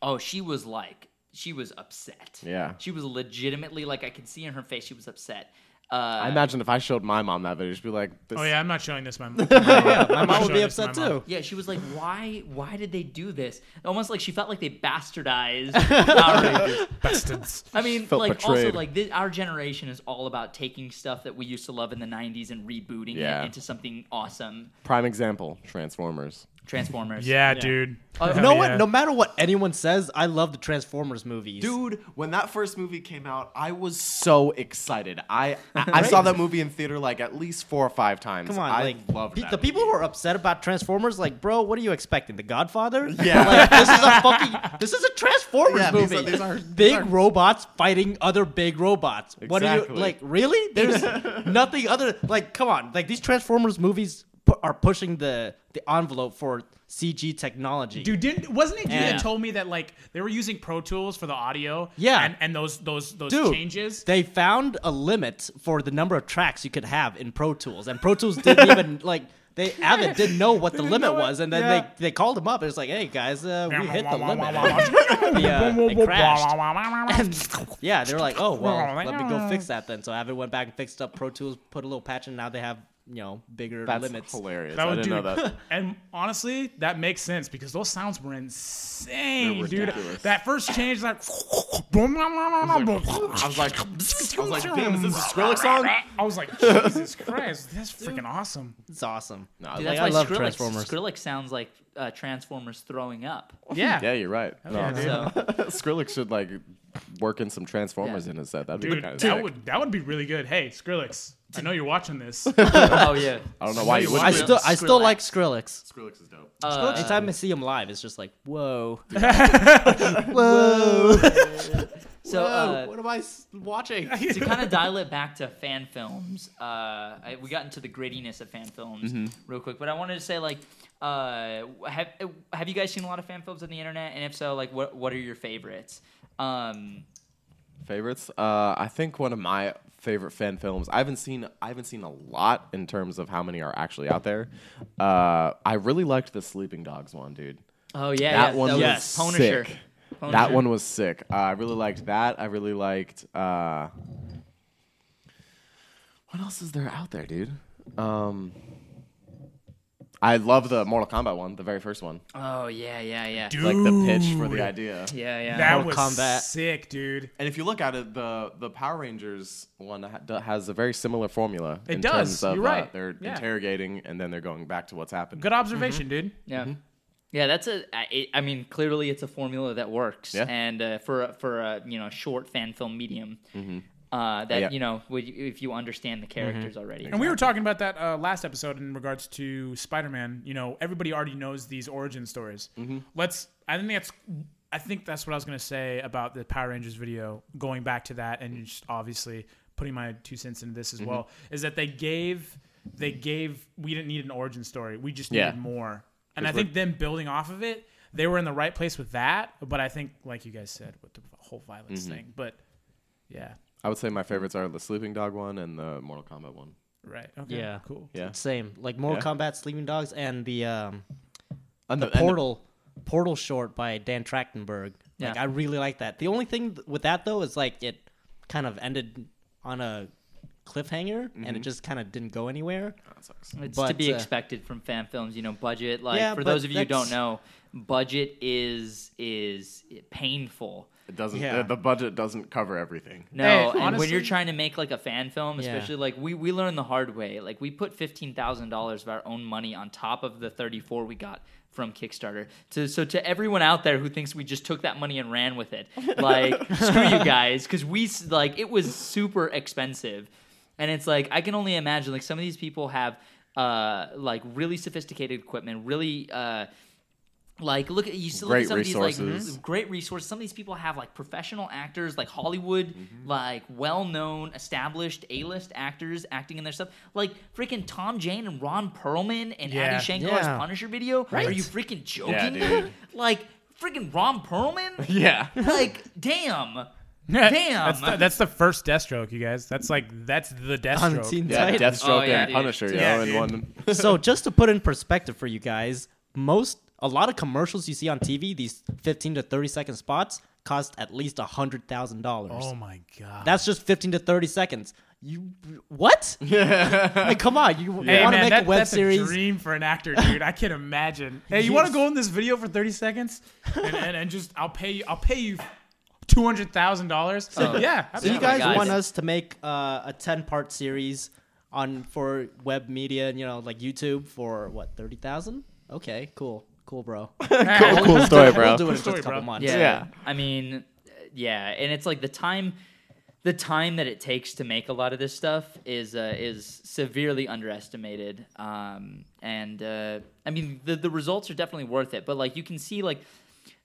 A: Oh, she was like, she was upset.
C: Yeah.
A: she was legitimately like I could see in her face she was upset. Uh,
C: I imagine if I showed my mom that video, she'd be like, this,
E: Oh yeah, I'm not showing this. to My mom. yeah,
D: My mom would be upset too.
A: Yeah, she was like, "Why? Why did they do this?" Almost like she felt like they bastardized. Power Rangers.
E: Bastards.
A: I mean,
C: Felt
A: like also
C: betrayed.
A: like this, our generation is all about taking stuff that we used to love in the '90s and rebooting
C: Yeah.
A: it into something awesome.
C: Prime example: Transformers.
A: Transformers.
E: Yeah, dude.
A: Oh,
E: Hell
D: no
E: yeah.
D: one, no matter Uh, what anyone says, I love the Transformers movies.
C: Dude, when that first movie came out, I was so excited. I I, I saw that movie in theater like at least four or five times.
D: Come on,
C: I
D: like
C: loved
D: pe-
C: that
D: the people who
C: movie.
D: are upset about Transformers, like, bro, what are you expecting? The Godfather?
C: Yeah.
D: like, this is a fucking this is a Transformers
C: Yeah, these
D: movie.
C: are- these are- these
D: big
C: are-
D: robots fighting other big robots. What are you
C: Exactly.
D: like? Really? There's nothing other. Like, come on, like these Transformers movies pu- are pushing the the envelope for CG technology.
E: Dude, didn't wasn't it you
D: Yeah.
E: that told me that like they were using Pro Tools for the audio?
D: Yeah.
E: and, and those those those
D: Dude,
E: changes.
D: They found a limit for the number of tracks you could have in Pro Tools, and Pro Tools didn't even like they Avid didn't know what the limit
E: know it,
D: was, and then
E: yeah.
D: they they called him up. and It's like, hey guys, uh, we hit the limit. They, uh, they crashed. Yeah, they were like, oh well, let me go fix that then. So Avid went back and fixed up Pro Tools, put a little patch, and now they have you know bigger
C: That's
D: limits.
C: hilarious.
E: That
C: I
E: would
C: didn't
E: do.
C: know that.
E: And honestly, that makes sense because those sounds were insane,
C: They're
E: dude.
C: ridiculous.
E: That first change, like,
C: I was like, I was like, damn, is this a Skrillex song?
E: I was like, Jesus Christ, that's freaking awesome.
D: It's awesome.
C: No,
A: Dude,
C: like-
A: that's
D: I
A: why
D: love
A: Skrillex,
D: Transformers.
A: Skrillex sounds like uh, Transformers throwing up.
E: Yeah,
C: yeah, you're right. No,
A: So,
C: Skrillex should like work in some Transformers
A: Yeah.
C: in his set. That'd be
E: dude,
C: kind of
E: that
C: sick.
E: would that would be really good. Hey, Skrillex, I know you're watching this.
A: oh yeah.
C: I don't know why you
E: Skrillex.
C: would.
D: I
A: Skrill-
D: still I still
A: Skrillex.
D: like Skrillex.
C: Skrillex is dope.
A: Uh,
D: Anytime I see him live, it's just like, whoa,
C: Oh,
A: so uh,
D: what am I s- watching?
A: to kind of dial it back to fan films, uh, I, we got into the grittiness of fan films
C: Mm-hmm.
A: real quick, but I wanted to say like, uh, have have you guys seen a lot of fan films on the internet? And if so, like, what what are your favorites? Um,
C: Favorites? Uh, I think one of my favorite fan films. I haven't seen. I haven't seen a lot in terms of how many are actually out there. Uh, I really liked the Sleeping Dogs one, dude.
A: oh yeah,
C: that
A: yeah,
C: one was
A: yes. Punisher.
C: sick.
A: Punisher.
C: That one was sick. Uh, I really liked that. I really liked. Uh, what else is there out there, dude? Um, I love the Mortal Kombat one, the very first one.
A: Oh yeah, yeah, yeah,
E: Dude,
C: Like the pitch for the idea.
A: yeah, yeah.
E: that
D: Mortal
E: was
D: Kombat.
E: sick, dude.
C: And if you look at it, the the Power Rangers one ha- do- has a very similar formula.
E: It
C: in
E: does.
C: Terms of,
E: You're right.
C: Uh, they're
E: Yeah.
C: interrogating and then they're going back to what's happened.
E: Good observation,
C: Mm-hmm.
E: dude.
A: Yeah. Yeah, that's a. I, it- I mean, clearly it's a formula that works,
C: Yeah.
A: and uh, for a- for a you know short fan film medium, uh, that
C: Mm-hmm. Yeah. Mm-hmm.
A: you know would, if you understand the characters already.
E: And we were talking about that uh, last episode in regards to Spider-Man. You know, everybody already knows these origin stories. Let's. I think that's. I think that's what I was gonna say about the Power Rangers video. Going back to that, and just obviously putting my two cents into this as well, is that they gave they gave we didn't need an origin story. We just needed
C: Yeah.
E: more. And I think them building off of it, they were in the right place with that. But I think, like you guys said, with the whole violence thing. But yeah,
C: I would say my favorites are the Sleeping Dog one and the Mortal Kombat one.
E: right. Okay.
D: Yeah.
E: Cool.
C: Yeah.
D: Same, like Mortal
C: Yeah.
D: Kombat, Sleeping Dogs, and the um,
C: And
D: the
C: and
D: portal portal short by dan trachtenberg like
A: Yeah.
D: i really like that the only thing th- with that though is like it kind of ended on a cliffhanger and
E: Mm-hmm.
D: it just kind of didn't go anywhere
C: That sucks.
A: It's to
D: But,
A: be
D: uh,
A: expected from fan films, you know. Budget, like
D: Yeah,
A: for
D: but
A: those of you who don't
D: that's-
A: know, budget is is painful.
C: It doesn't. uh,
D: Yeah.
C: The budget doesn't cover everything.
A: No,
E: Hey,
A: and when
E: honestly-
A: you're trying to make like a fan film,
D: Yeah.
A: especially like we we learned the hard way. Like we put fifteen thousand dollars of our own money on top of the thirty four we got from Kickstarter. To so to everyone out there who thinks we just took that money and ran with it, like screw you guys, because we s- like it was super expensive, and it's like I can only imagine like some of these people have uh like really sophisticated equipment, really uh like look at you still look
C: Great
A: at some of these
C: resources.
A: like great resources. Some of these people have like professional actors, like Hollywood, like well-known, established A-list actors acting in their stuff. Like freaking Tom Jane and Ron Perlman and
E: Yeah.
A: Abby Shankar's
D: Yeah.
A: Punisher video. Are you freaking joking?
C: dude.
A: like freaking Ron Perlman?
C: Yeah.
A: like damn.
E: Yeah,
A: Damn.
E: That's the, that's the first Deathstroke, you guys. That's like that's the
D: on
E: Deathstroke.
D: Teen
C: Yeah,
D: Titans.
C: Deathstroke
A: Oh, yeah,
C: and
A: dude.
C: Punisher,
E: Yeah,
C: yo, in
E: dude.
C: one.
D: so just to put in perspective for you guys most a lot of commercials you see on tv these 15 to 30 second spots cost at least a hundred thousand dollars
E: Oh my god.
D: that's just 15 to 30 seconds you what like come on you
E: Hey,
D: want
E: man,
D: to make
E: that-
D: a web
E: that's
D: series
E: A dream for an actor, dude. I can imagine. Hey, you want to go in this video for thirty seconds, and, and, and just I'll pay you. I'll pay you two hundred thousand dollars. Yeah.
D: So you
A: Yeah,
D: guys
A: guys.
D: want us to make uh, a ten part series on for web media and you know like YouTube for what thirty thousand? Okay, cool, cool, bro.
C: cool story,
D: We'll
C: bro.
D: do it in just
E: story,
D: a couple
E: bro.
D: months.
A: Yeah.
C: Yeah.
A: I mean, uh, yeah, and it's like the time the time that it takes to make a lot of this stuff is uh, is severely underestimated. Um, and uh, I mean, the the results are definitely worth it, but like you can see like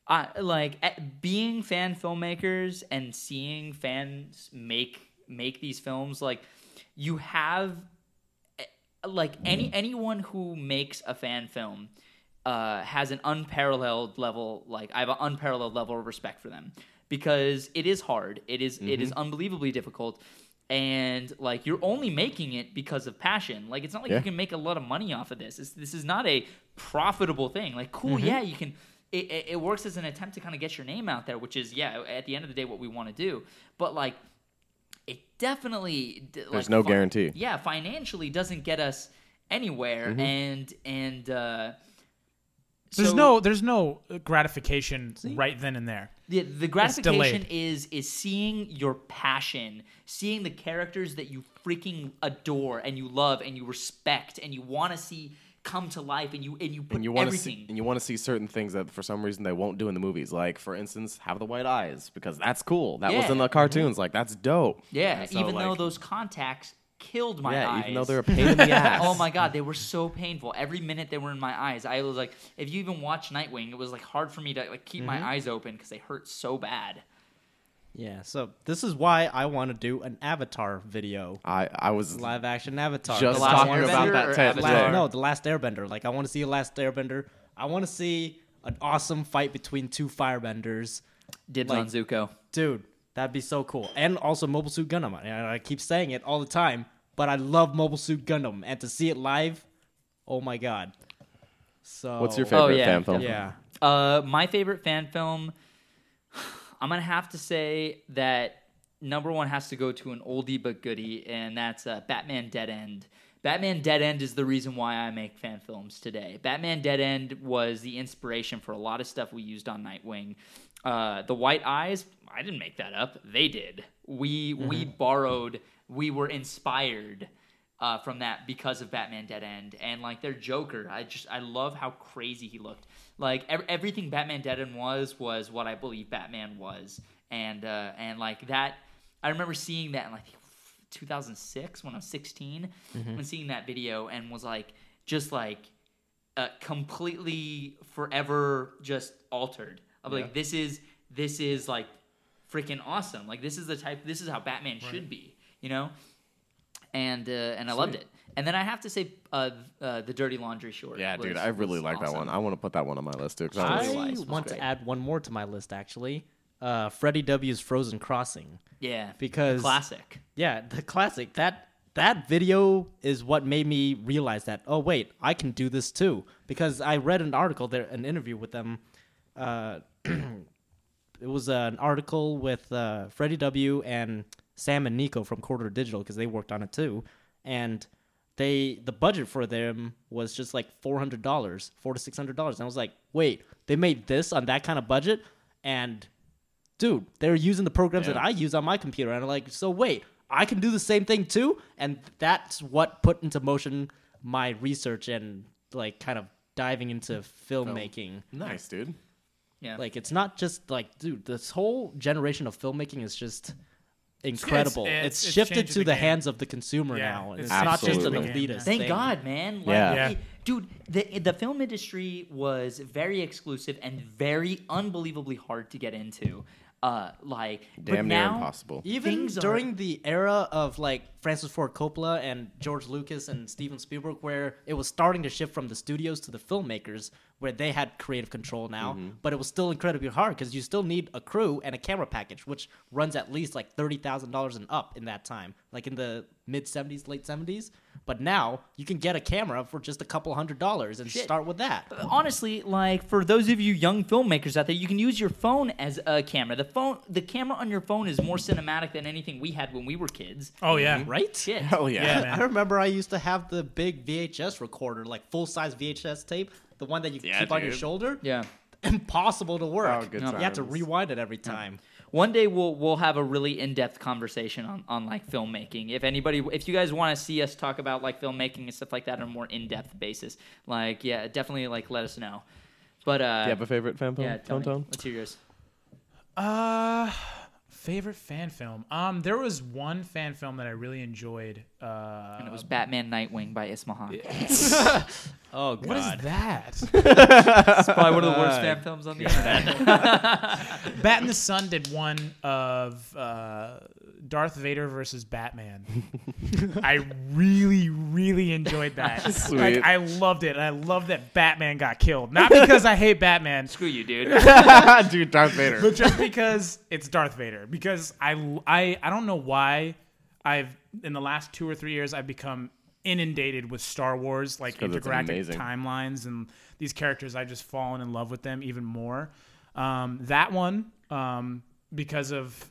A: I like at being fan filmmakers and seeing fans make make these films like you have like
C: Hmm.
A: any anyone who makes a fan film uh, has an unparalleled level like I have an unparalleled level of respect for them because it is hard it is- it
C: Mm-hmm.
A: is unbelievably difficult and like you're only making it because of passion like it's not like
C: Yeah.
A: you can make a lot of money off of this it's, this is not a profitable thing like cool
C: Mm-hmm.
A: yeah you can it, it, it works as an attempt to kind of get your name out there which is yeah at the end of the day what we want to do but like it definitely d- like,
C: no guarantee.
A: Yeah, financially doesn't get us anywhere,
C: Mm-hmm.
A: and and uh,
E: There's
A: so
E: no there's no gratification right then and there.
A: the, the gratification is is seeing your passion, seeing the characters that you freaking adore and you love and you respect and you want to see come to life, and you and you put
C: and you want to
A: everything.
C: see and you want to see certain things that for some reason they won't do in the movies. Like for instance, have the white eyes because that's cool. That was
A: Yeah. Mm-hmm.
C: in the cartoons. Like that's dope.
A: yeah,
C: And so,
A: even though
C: like,
A: those contacts killed my
C: yeah,
A: eyes.
C: even though they're a pain in the ass.
A: Oh my god, they were so painful. Every minute they were in my eyes. I was like, if you even watch Nightwing, it was like hard for me to like keep
C: Mm-hmm.
A: my eyes open because they hurt so bad.
D: Yeah, so this is why I want to do an Avatar video,
C: I I was
D: live action Avatar.
C: just
A: The Last
C: talking
A: Airbender
C: about
A: or
C: that today.
D: La-
A: Avatar?
D: no, the Last Airbender. Like I want to see a Last Airbender. I want to see an awesome fight between two Firebenders,
A: Dibs
D: Like-
A: on Zuko.
D: dude. That'd be so cool. And also Mobile Suit Gundam. And I keep saying it all the time, but I love Mobile Suit Gundam, and to see it live, oh my god. So
C: What's your favorite
A: oh, yeah,
C: fan film?
D: Yeah,
A: Uh, my favorite fan film. I'm gonna have to say that number one has to go to an oldie but goodie, and that's uh, Batman Dead End. Batman Dead End is the reason why I make fan films today. Batman Dead End was the inspiration for a lot of stuff we used on Nightwing. Uh, the White Eyes, I didn't make that up. They did. We we borrowed. We were inspired uh, from that because of Batman Dead End and like their Joker. I just I love how crazy he looked. Like ev- everything Batman Dead End was was what I believe Batman was, and uh, and like that. I remember seeing that in like 2006 when I was 16, and seeing that video and was like just like uh, completely forever just altered. I'm like this is this is like freaking awesome. Like this is the type. This is how Batman should be. You know and uh, and I loved it. And then I have to say, uh, th- uh, the Dirty Laundry short.
C: Yeah,
A: was-
C: dude, I really
A: was
C: like that
A: awesome.
C: one. I want to put that one on my list too. 'cause I was-
D: I
A: Otherwise, it's
D: want
A: great.
D: to add one more to my list actually. Uh, Freddie W's Frozen Crossing.
A: Yeah,
D: Because-
A: classic.
D: Yeah, the classic. That that video is what made me realize that. Oh wait, I can do this too. Because I read an article there, an interview with them. Uh, it was uh, an article with uh, Freddie W and Sam and Nico from Quarter Digital because they worked on it too, and they the budget for them was just like four hundred dollars, four to six hundred dollars. And I was like, wait, they made this on that kind of budget, and dude, they're using the programs that I use on my computer. And I'm like, so wait, I can do the same thing too? And that's what put into motion my research and like kind of diving into filmmaking.
C: Nice, dude.
A: Yeah,
D: Like it's not just like, dude, this whole generation of filmmaking is just incredible.
E: it's-
D: It's,
E: it's
D: shifted
E: changed
D: to
E: the
D: the,
E: game.
D: hands of the consumer
E: Yeah,
D: now.
E: it's
D: It's,
C: changed
D: not just
C: the
D: an
E: game.
D: elitist.
A: Thank
D: thing.
A: God, man. Like,
C: Yeah.
E: Yeah.
A: Dude, the the film industry was very exclusive and very unbelievably hard to get into. Uh, like but
C: Damn near
A: now-
C: impossible.
D: Even
A: Things are-
D: during the era of like Francis Ford Coppola and George Lucas and Steven Spielberg, where it was starting to shift from the studios to the filmmakers, where they had creative control now,
C: Mm-hmm.
D: but it was still incredibly hard because you still need a crew and a camera package, which runs at least like thirty thousand dollars and up in that time, like in the mid seventies, late seventies. But now you can get a camera for just a couple hundred dollars and
A: Shit.
D: start with that.
A: honestly, like for those of you young filmmakers out there, you can use your phone as a camera. The phone, the camera on your phone is more cinematic than anything we had when we were kids.
E: Oh yeah.
D: Right?
A: Shit.
C: Hell Oh, yeah.
E: Yeah,
D: I remember I used to have the big VHS recorder, like full size VHS tape, the one that you
C: Yeah,
D: keep on your
C: dude.
D: shoulder.
A: Yeah.
D: Impossible to work.
C: Oh, good
D: you have to
C: times.
D: rewind it every time.
A: one day we'll we'll have a really in depth conversation on, on like filmmaking. If anybody, if you guys want to see us talk about like filmmaking and stuff like that on a more in depth basis, like yeah, definitely like let us know. But uh,
C: you have a favorite fan film?
A: yeah, Tony,
C: tone tone?
A: let's hear yours.
E: Uh favorite fan film. Um there was one fan film that I really enjoyed. Uh
A: And it was Batman Nightwing by Ismahan.
D: Oh
E: What is
D: god.
A: It's
E: that?
A: probably one of the worst fan films on the internet.
E: Bat in the Sun did one of uh, Darth Vader versus Batman. I really, really enjoyed that.
C: Sweet.
E: Like, I loved it. And I loved that Batman got killed. Not because I hate Batman,
A: Screw you, dude.
C: Dude, Darth Vader.
E: but just because it's Darth Vader. Because I, I, I don't know why I've in the last two or three years I've become inundated with Star Wars like
C: 'cause it's
E: intergalactic
C: amazing.
E: timelines and these characters. I've just fallen in love with them even more. Um, that one um, because of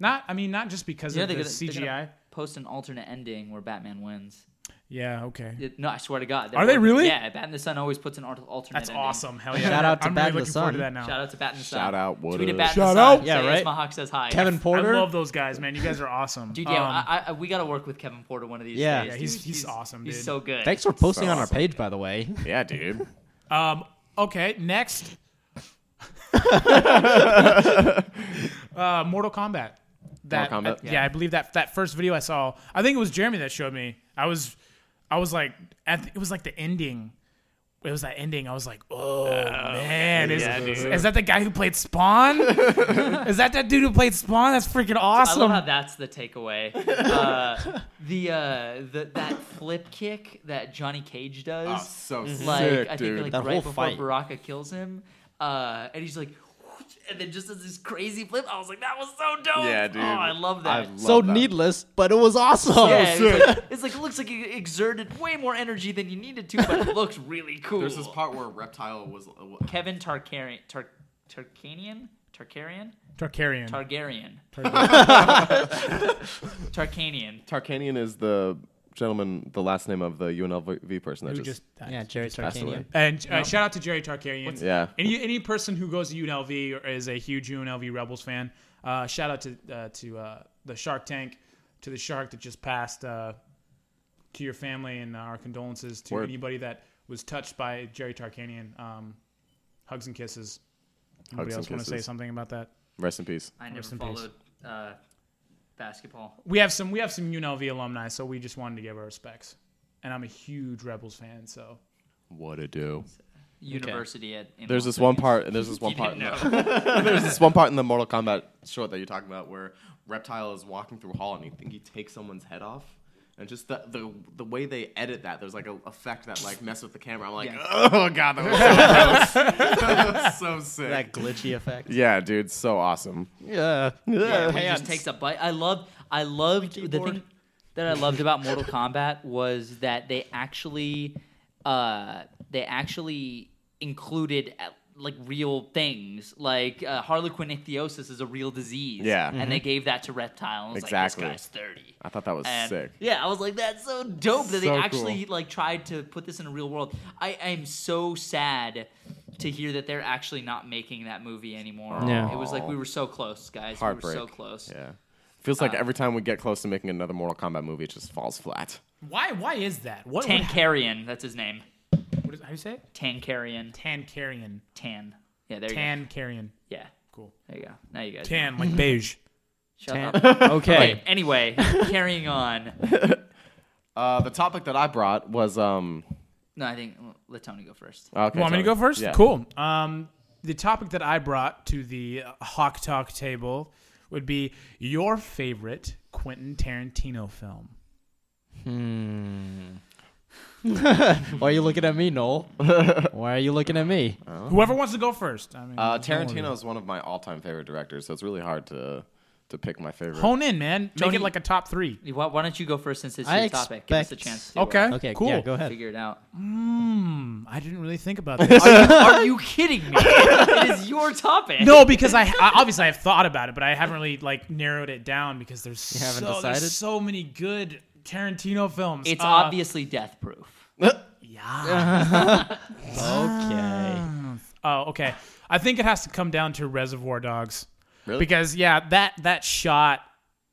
E: not I mean not just because
A: You know,
E: of the
A: they're gonna- they're
E: CGI.
A: gonna Post an alternate ending where Batman wins.
E: yeah, okay.
A: It- no, I swear to God.
E: Are they
A: working-
E: really?
A: Yeah, Bat in the Sun always puts an al- alternate.
E: That's
A: ending.
E: awesome. Hell yeah.
D: Shout out to
E: I'm
D: Bat
E: really
D: in the
E: looking forward to
D: Sun.
E: that now.
A: Shout out to Bat in the Sun.
C: Shout out,
A: Tweet at
C: Wooders.
A: Bat in
E: Shout
A: the Sun.
E: out.
A: Yeah,
D: Yeah,
A: right.
D: right.
A: Ismahawk says hi.
D: Kevin Porter.
E: I love those guys, man. You guys are awesome.
A: Dude, yeah,
E: Um,
A: I, I, we gotta work with Kevin Porter one of these
D: Yeah.
A: days.
D: Yeah,
E: he's-
A: dude.
E: he's awesome,
A: He's
E: dude.
A: so good.
D: Thanks for posting
C: So
D: on our
C: awesome.
D: page, by the way.
C: Yeah, dude.
E: Um, okay, next. uh, Mortal Kombat. That,
C: Mortal Kombat?
E: I- yeah. I believe that that first video I saw, I think it was Jeremy that showed me. I was, I was like, at the- it was like the ending. It was that ending. I was like, oh, man, is, is that the guy who played Spawn? is that that dude who played Spawn? That's freaking
A: I
E: awesome.
A: love how that's the takeaway. Uh, the uh, the that flip kick that Johnny Cage does.
C: Oh, so
A: like
C: sick,
A: I think
C: dude.
A: like
D: That
A: right
D: whole
A: before
D: fight.
A: Baraka kills him, uh, and he's like, and then just does this crazy flip. I was like, that was so dope.
C: Yeah, dude.
A: Oh, I love that.
C: I
D: So
C: love that.
D: needless, but it was awesome. Oh,
A: yeah, it's like, it's like it looks like you exerted way more energy than you needed to, but it looks really cool.
C: There's this part where Reptile was. uh,
A: Kevin Tarkarian, Tar- Tarkanian, Tarkarian,
E: Tarkarian.
A: Targaryen,
E: Targaryen.
A: Tarkanian.
C: Tarkanian is the gentleman, the last name of the UNLV person that
E: Who
C: just,
E: just died.
D: Yeah, Jerry
C: passed away.
D: Tarkanian.
E: And uh, shout out to Jerry Tarkarian.
C: Yeah.
E: Any any person who goes to UNLV or is a huge UNLV Rebels fan, uh, shout out to uh, to uh, the Shark Tank, to the shark that just passed. Uh, to your family and uh, our condolences to
C: Word.
E: anybody that was touched by Jerry Tarkanian. Um, hugs and kisses. Anybody
C: Hugs
E: else
C: and
E: want to say
C: kisses.
E: something about that?
C: Rest in peace.
A: I never
E: Rest in peace.
A: followed uh, basketball.
E: We have some we have some UNLV alumni, so we just wanted to give our respects. And I'm a huge Rebels fan, so
C: What a do.
A: University at. In
C: There's
A: Las
C: this one
A: Vegas.
C: part, and there's this one
A: You
C: part.
A: didn't
C: in the-
A: know.
C: There's this one part in the Mortal Kombat short that you're talking about where Reptile is walking through a hall and he think he takes someone's head off. And just the, the the way they edit that, there's like a effect that like mess with the camera. I'm like,
A: Yeah.
C: oh god, that was so gross. that was so sick.
D: That glitchy effect.
C: yeah, dude, so awesome.
D: Yeah.
A: yeah, when he
D: Hands.
A: just takes a bite. I love. I loved the
D: keyboard.
A: thing that I loved about Mortal Kombat was that they actually, uh, they actually included uh, like real things. Like uh, Harlequin ichthyosis is a real disease.
C: Yeah.
A: and
E: Mm-hmm.
A: they gave that to Reptile. And I was
C: Exactly.
A: Like, this guy's thirty.
C: I thought that was
A: And-
C: sick.
A: Yeah, I was like, that's so dope that they
C: So
A: actually like tried to put this in a real world. I am so sad to hear that they're actually not making that movie anymore.
D: Yeah.
A: It was like we were so close, guys. We were so
C: Heartbreak.
A: close.
C: Yeah. Feels
E: Uh,
C: like every time we get close to making another Mortal Kombat movie, it just falls flat.
E: why why is that? What, what,
A: Tankarian, that's his name.
E: what is, how do you say it?
A: Tankarian.
E: Tankarian.
A: Tan. Yeah, there you
E: Tankarian.
A: go. Yeah.
E: Cool.
A: There you go. Now you guys.
E: Tan like beige.
A: Shut
D: Tan-
A: up.
D: Okay.
A: Anyway, carrying on.
C: Uh, the topic that I brought was um.
A: No, I think let Tony go first.
C: Okay,
E: You want me to
C: sorry.
E: go first?
C: Yeah.
E: Cool. Um, the topic that I brought to the uh, Hawk Talk table would be your favorite Quentin Tarantino film.
D: Why are you looking at me, Noel? Why are you looking at me?
E: Whoever wants to go first. I mean,
C: Uh,
E: don't worry.
C: Tarantino is one of my all-time favorite directors, so it's really hard to to pick my favorite.
E: Hone in, man. Make
A: Tony-
E: it like a top three.
A: Why, why don't you go first since it's your
D: I
A: topic? Give us a
D: expect-
A: chance to uh,
E: Okay.
D: Okay,
E: Cool.
D: yeah, go ahead.
A: figure it out.
E: Hmm, I didn't really think about that.
A: Are you kidding me? it is your topic.
E: no, because I, I obviously I've thought about it, but I haven't really like narrowed it down because there's
D: You haven't
E: so, there's
D: decided?
E: so many good Tarantino films.
A: It's
E: Uh,
A: obviously death proof.
E: Yeah.
D: Okay.
E: oh, okay. I think it has to come down to Reservoir Dogs.
C: Really?
E: Because yeah, that that shot,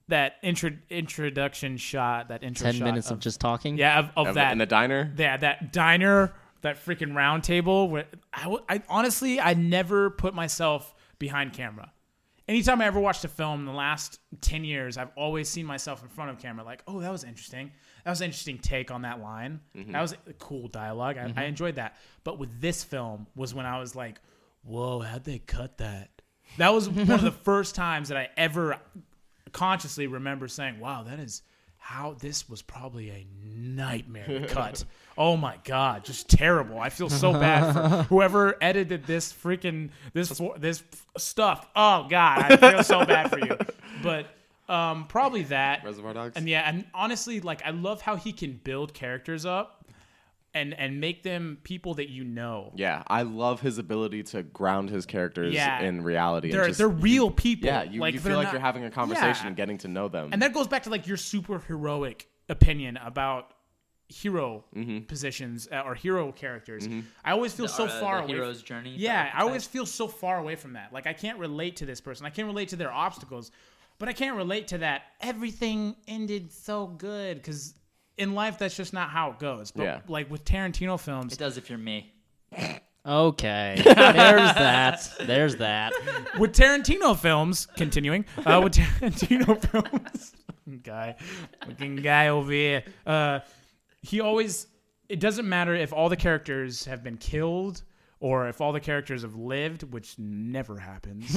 E: that intro introduction shot, that intro
D: Ten
E: shot
D: minutes of,
E: of
D: just talking.
E: yeah of, of
C: Of-
E: that
C: in the diner.
E: yeah, that diner, that freaking round table. Where I, w- I- honestly, I never put myself behind camera. Anytime I ever watched a film in the last ten years, I've always seen myself in front of camera. Like, oh, that was interesting. That was an interesting take on that line. That was a cool dialogue. I, I enjoyed that. But with this film, was when I was like, whoa, how'd they cut that? That was one of the first times that I ever consciously remember saying, "Wow, that is how this was probably a nightmare cut. oh my god, just terrible. I feel so bad for whoever edited this freaking this fo- this stuff. Oh god, I feel so bad for you. But um, probably that
C: Reservoir Dogs.
E: and yeah, and honestly, like I love how he can build characters up and and make them people that you know.
C: Yeah, I love his ability to ground his characters
E: Yeah.
C: in reality. and
E: They're
C: just-
E: they're real people.
C: yeah, you, you feel
E: they're
C: like
E: not-
C: you're having a conversation
E: Yeah.
C: and getting to know them.
E: And that goes back to like your super heroic opinion about hero positions uh, or hero characters. I always feel so
A: Or, uh,
E: far
A: the
E: away.
A: hero's journey.
E: yeah,
A: type.
E: I always feel so far away from that. Like I can't relate to this person. I can't relate to their obstacles, but I can't relate to that. Everything ended so good because in life that's just not how it goes. But
C: Yeah.
E: like with Tarantino films,
A: It does if you're me.
D: Okay. There's that. There's that.
E: with Tarantino films, continuing uh, with Tarantino films, guy, fucking guy over here. Uh, he always. It doesn't matter if all the characters have been killed or if all the characters have lived, which never happens.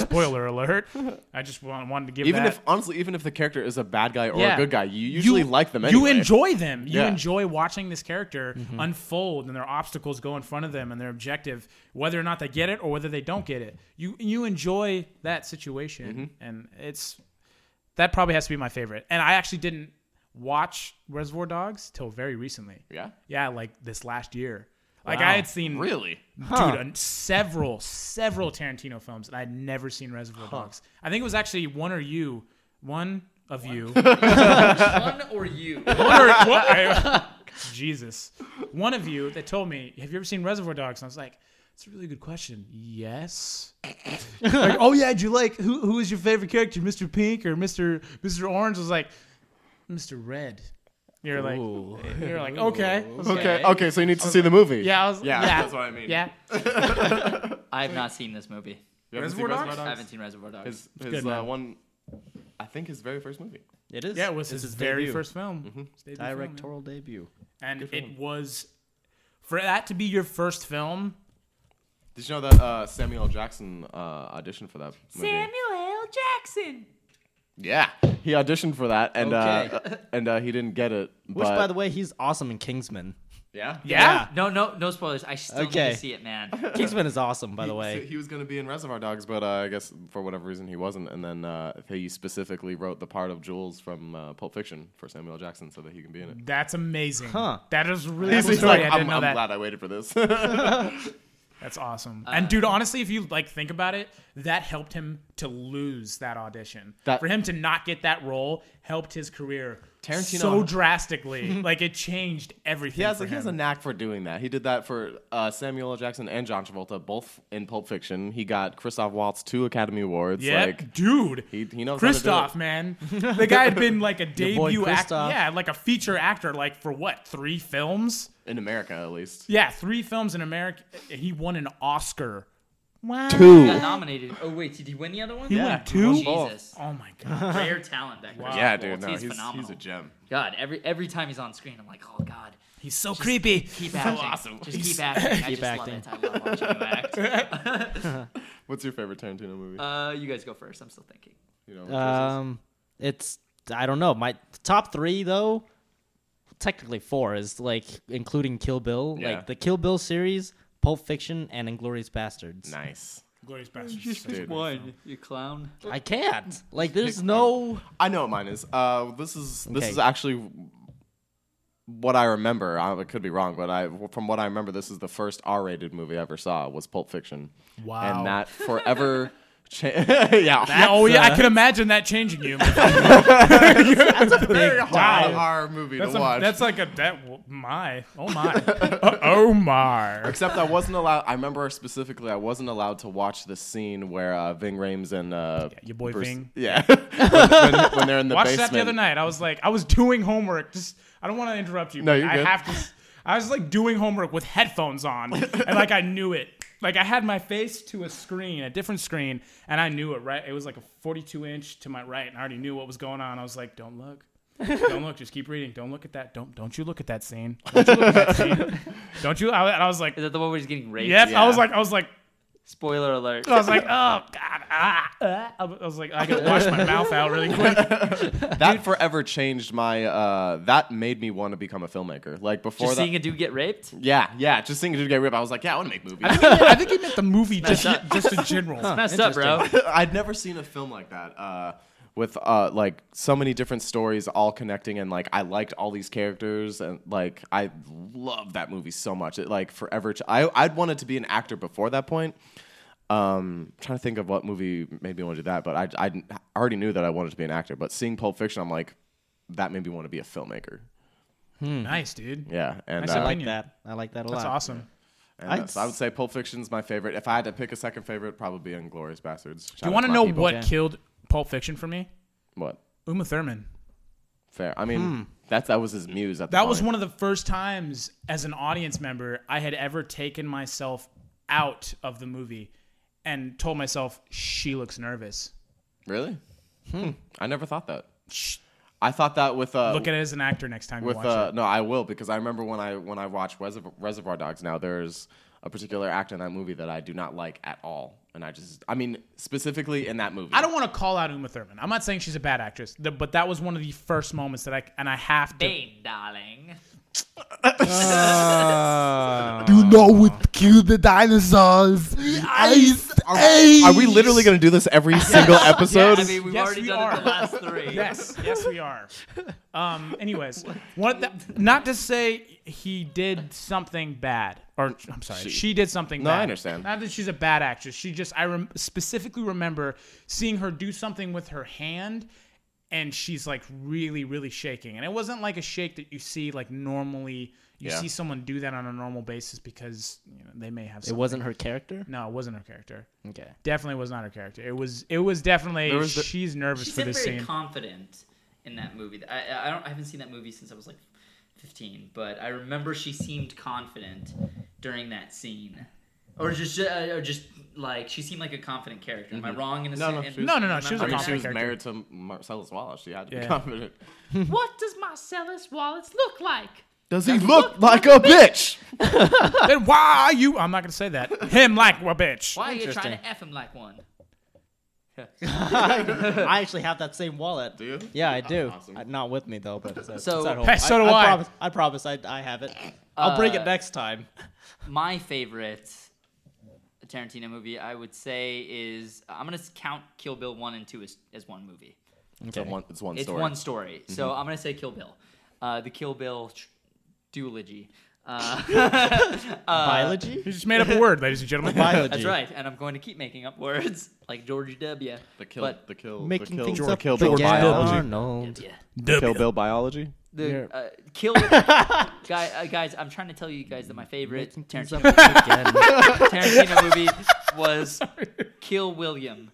E: Spoiler alert! I just want, wanted to give
C: even
E: that.
C: if honestly, even if the character is a bad guy or
E: Yeah.
C: a good guy, you usually like them anyway.
E: You enjoy them. You
C: Yeah.
E: enjoy watching this character unfold and their obstacles go in front of them and their objective, whether or not they get it or whether they don't get it. You you enjoy that
C: Mm-hmm.
E: situation, and it's that probably has to be my favorite. And I actually didn't watch Reservoir Dogs till very recently.
C: Yeah?
E: yeah, like this last year. Like I had seen
C: really.
E: dude, on several, several Tarantino films, and I'd never seen Reservoir Dogs. I think it was actually one or you, one of you,
A: One or you.
E: one or, what- I- Jesus. One of you that told me, Have you ever seen Reservoir Dogs? And I was like, It's a really good question. Yes. like, oh yeah, did you like who who is your favorite character? Mr. Pink or Mr. Mr. Orange I was like, Mr. Red. You're like you're like, okay.
C: Okay, okay, so you need to see the movie.
E: Yeah, I was
C: Yeah,
E: yeah,
C: that's what I mean.
E: Yeah.
A: I have not seen this movie.
C: You haven't seen
E: Reservoir
C: Reservoir
E: Dogs?
A: I
C: Dogs?
A: haven't seen Reservoir Dogs.
C: His,
E: good,
C: his uh,
E: man.
C: one, I think his very first movie.
D: It is.
E: Yeah, it was
D: It's
E: his, very
D: debut. Mm-hmm.
E: first film. His debut film, yeah.
D: directorial debut.
E: and it was for that to be your first film.
C: Did you know that uh, Samuel L. Jackson uh, auditioned for that movie?
A: L. Jackson.
C: Yeah, he auditioned for that, and uh,
D: Okay.
C: and uh, he didn't get it.
D: Which, by the way, he's awesome in Kingsman.
C: yeah,
E: Yeah.
A: No, no, no spoilers. I still need
D: Okay.
A: to see it, man.
D: Kingsman is awesome, by the
C: So
D: way.
C: he was going to be in Reservoir Dogs, but uh, I guess for whatever reason he wasn't. And then uh, he specifically wrote the part of Jules from uh, Pulp Fiction for Samuel L. Jackson so that he can be in it.
E: That's amazing.
D: Huh.
E: That is a really cool
C: He's
E: story.
C: like,
E: I didn't
C: I'm,
E: know
C: I'm
E: that.
C: glad I waited for this.
E: That's awesome. and
A: Um,
E: dude, honestly, if you like think about it, that helped him to lose that audition.
C: That-
E: For him to not get that role helped his career
C: Tarantino-
E: so drastically. like it changed everything.
C: he has
E: for
C: he has a
E: him.
C: knack for doing that. He did that for uh, Samuel L. Jackson and John Travolta, both in Pulp Fiction. He got Christoph Waltz two Academy Awards.
E: Yep,
C: Like
E: dude.
C: he, he knows how to
E: Christoph,
C: do
E: man, the guy had been like a
D: boy
E: debut actor,
D: Christoph.
E: yeah, like a feature actor, like for what three films?
C: it in America at least.
E: Yeah, three films in America. He won an Oscar. Wow.
A: He
C: Two.
A: got nominated. Oh wait, did he win the other one?
E: He
D: Yeah.
E: won two.
A: Jesus,
E: Oh my god.
A: rare talent that guy.
C: Yeah, dude, no,
A: Uh, he's,
C: he's, he's,
A: phenomenal.
C: a gem.
A: God, every every time he's on screen, I'm like, oh god,
E: He's so creepy.
A: keep acting.
C: awesome.
A: Just keep acting. I
D: Keep
A: just love it. I love watching you act.
C: What's your favorite Tarantino movie?
A: Uh, you guys go first. I'm still thinking.
C: you know, which is-
D: Um, it's I don't know. My top three though, technically four is like including Kill Bill,
C: Yeah.
D: like the Kill Bill series, Pulp Fiction, and Inglorious Bastards.
C: nice.
E: Glorious Bastards.
C: Dude.
A: One, you clown.
D: I can't. Like, there's no.
C: I know what mine is. Uh, this is this
D: Okay.
C: is actually what I remember. I could be wrong, but I from what I remember, this is the first R-rated movie I ever saw was Pulp Fiction.
E: Wow.
C: and that forever Cha- yeah.
E: Yeah, oh yeah, I can imagine that changing you.
C: very hard
E: dive.
C: horror movie
E: That's,
C: to
E: a-
C: watch.
E: that's like a that my oh my oh my.
C: Except I wasn't allowed. I remember specifically, I wasn't allowed to watch the scene where uh, Ving Rhames and uh,
E: your boy Ving.
C: yeah, when, when- when they're in the
E: Watched
C: basement.
E: that the other night. I was like, I was doing homework. Just I don't want to interrupt you.
C: No,
E: but
C: you're
E: I
C: good.
E: have to. s- I was like doing homework with headphones on, and like I knew it. Like I had my face to a screen, a different screen, and I knew it. Right, it was like a 42 inch to my right, and I already knew what was going on. I was like, don't look. don't look. Just keep reading. Don't look at that. Don't don't you look at that scene. Don't you? Look at that scene. Don't you? I, and I was like,
A: Is that
E: yep.
A: the one where he's getting raped?
E: I was like, I was like,
A: Spoiler alert.
E: I was like, oh god, ah, ah. I was like, I gotta wash my mouth out really quick.
C: That forever changed my. Uh, that made me want to become a filmmaker. Like before
A: Just
C: that.
A: seeing a dude get raped.
C: yeah, yeah. Just seeing a dude get ripped, I was like, yeah, I want to make movies.
E: I think he meant the movie just just in general.
A: Messed up, bro.
C: I'd never seen a film like that. Uh, with uh, like so many different stories all connecting, and like I liked all these characters, and like I love that movie so much. It like forever. Ch- I I'd wanted to be an actor before that point. Um, trying to think of what movie made me want to do that, but I I already knew that I wanted to be an actor. But seeing Pulp Fiction, I'm like, that made me want to be a filmmaker.
E: Nice, dude.
C: Yeah, and
E: said
C: uh,
D: I like
E: Opinion.
D: that. I like that a
E: That's
D: lot.
E: awesome.
C: And
D: I'd
C: uh, so I would say Pulp Fiction's my favorite. If I had to pick a second favorite, it'd probably be Inglorious Bastards.
E: Do you want to know what
D: Yeah.
E: killed Pulp Fiction for me?
C: What?
E: Uma Thurman.
C: Fair. I mean, that's that was his muse. At the
E: Hmm. That was
C: time.
E: one of the first times as an audience member I had ever taken myself out of the movie and told myself she looks nervous.
C: Really? Hmm. I never thought that. I thought that with uh,
E: Look at it as an actor next time
C: with
E: you watch
C: uh,
E: it.
C: no, I will because I remember when I when I watch Reserv- Reservoir Dogs. Now there's a particular act in that movie that I do not like at all, and I just, I mean, specifically in that movie.
E: I don't want to call out Uma Thurman. I'm not saying she's a bad actress, th- but that was one of the first moments that I and I have to.
A: Bane, darling.
F: You know what killed the dinosaurs? Ice Age.
C: Are we literally going to do this every single episode?
A: I mean, we've
E: Yes,
A: already
E: we
A: done it
E: are.
A: the last three.
E: Yes, yes, we are. Um, anyways, what the, not to say he did something bad, or I'm sorry, she, did something.
C: No, I
E: bad.
C: understand.
E: Not that she's a bad actress. She just I rem- specifically remember seeing her do something with her hand, and she's like really, really shaking, and it wasn't like a shake that you see like normally. You
C: Yeah.
E: see someone do that on a normal basis because you know, they may have.
D: It
E: Something.
D: wasn't her character.
E: No, it wasn't her character.
D: Okay.
E: Definitely was not her character. It was. It was definitely.
C: was the-
E: she's nervous
A: She
E: for
A: seemed
E: this
A: very
E: scene.
A: confident in that movie. I, I- I don't. I haven't seen that movie since I was like 15, but I remember she seemed confident during that scene, or just uh, or just like she seemed like a confident character. Am I wrong in a
C: No, no,
A: sen-
C: she was-
E: No, no, no, she was a
C: Mm-hmm.
A: remembering
C: I mean, she was
E: Confident
C: married to Marcellus Wallace. She had to be
E: Yeah.
C: confident.
A: that? What does Marcellus Wallace look like?
C: Does he look like a bitch?
E: then why are you? I'm not gonna say that. Him like a bitch.
A: Why are you trying
D: Interesting.
A: to f him like one?
D: I actually have that same wallet. Do
C: you?
D: Yeah, I do.
C: Awesome.
D: Uh, not with me though, but it's, it's
A: So-
D: at home.
E: Hey, so do I.
D: promise. I promise. I, I have it. I'll
C: Uh,
D: bring it next time.
A: My favorite Tarantino movie, I would say, is I'm gonna count Kill Bill one and two as, as one movie.
C: It's one, it's one
A: It's
C: story. Mm-hmm.
A: one story. So I'm gonna say Kill Bill, uh, the Kill Bill tr- duology. Uh,
D: Biology.
E: You just made up a word, ladies and gentlemen.
D: Biology.
A: that's right, and I'm going to keep making up words like George W.
C: The kill,
A: But-
C: the kill, the
D: Making
C: kill,
D: things
C: the
D: up.
C: kill Bill
D: Forget
C: biology.
D: Arnold.
A: Yeah.
C: Kill Bill biology.
A: The uh, Kill guy, uh, guys. I'm trying to tell you guys that my favorite Tarantino, Tarantino movie was Kill William.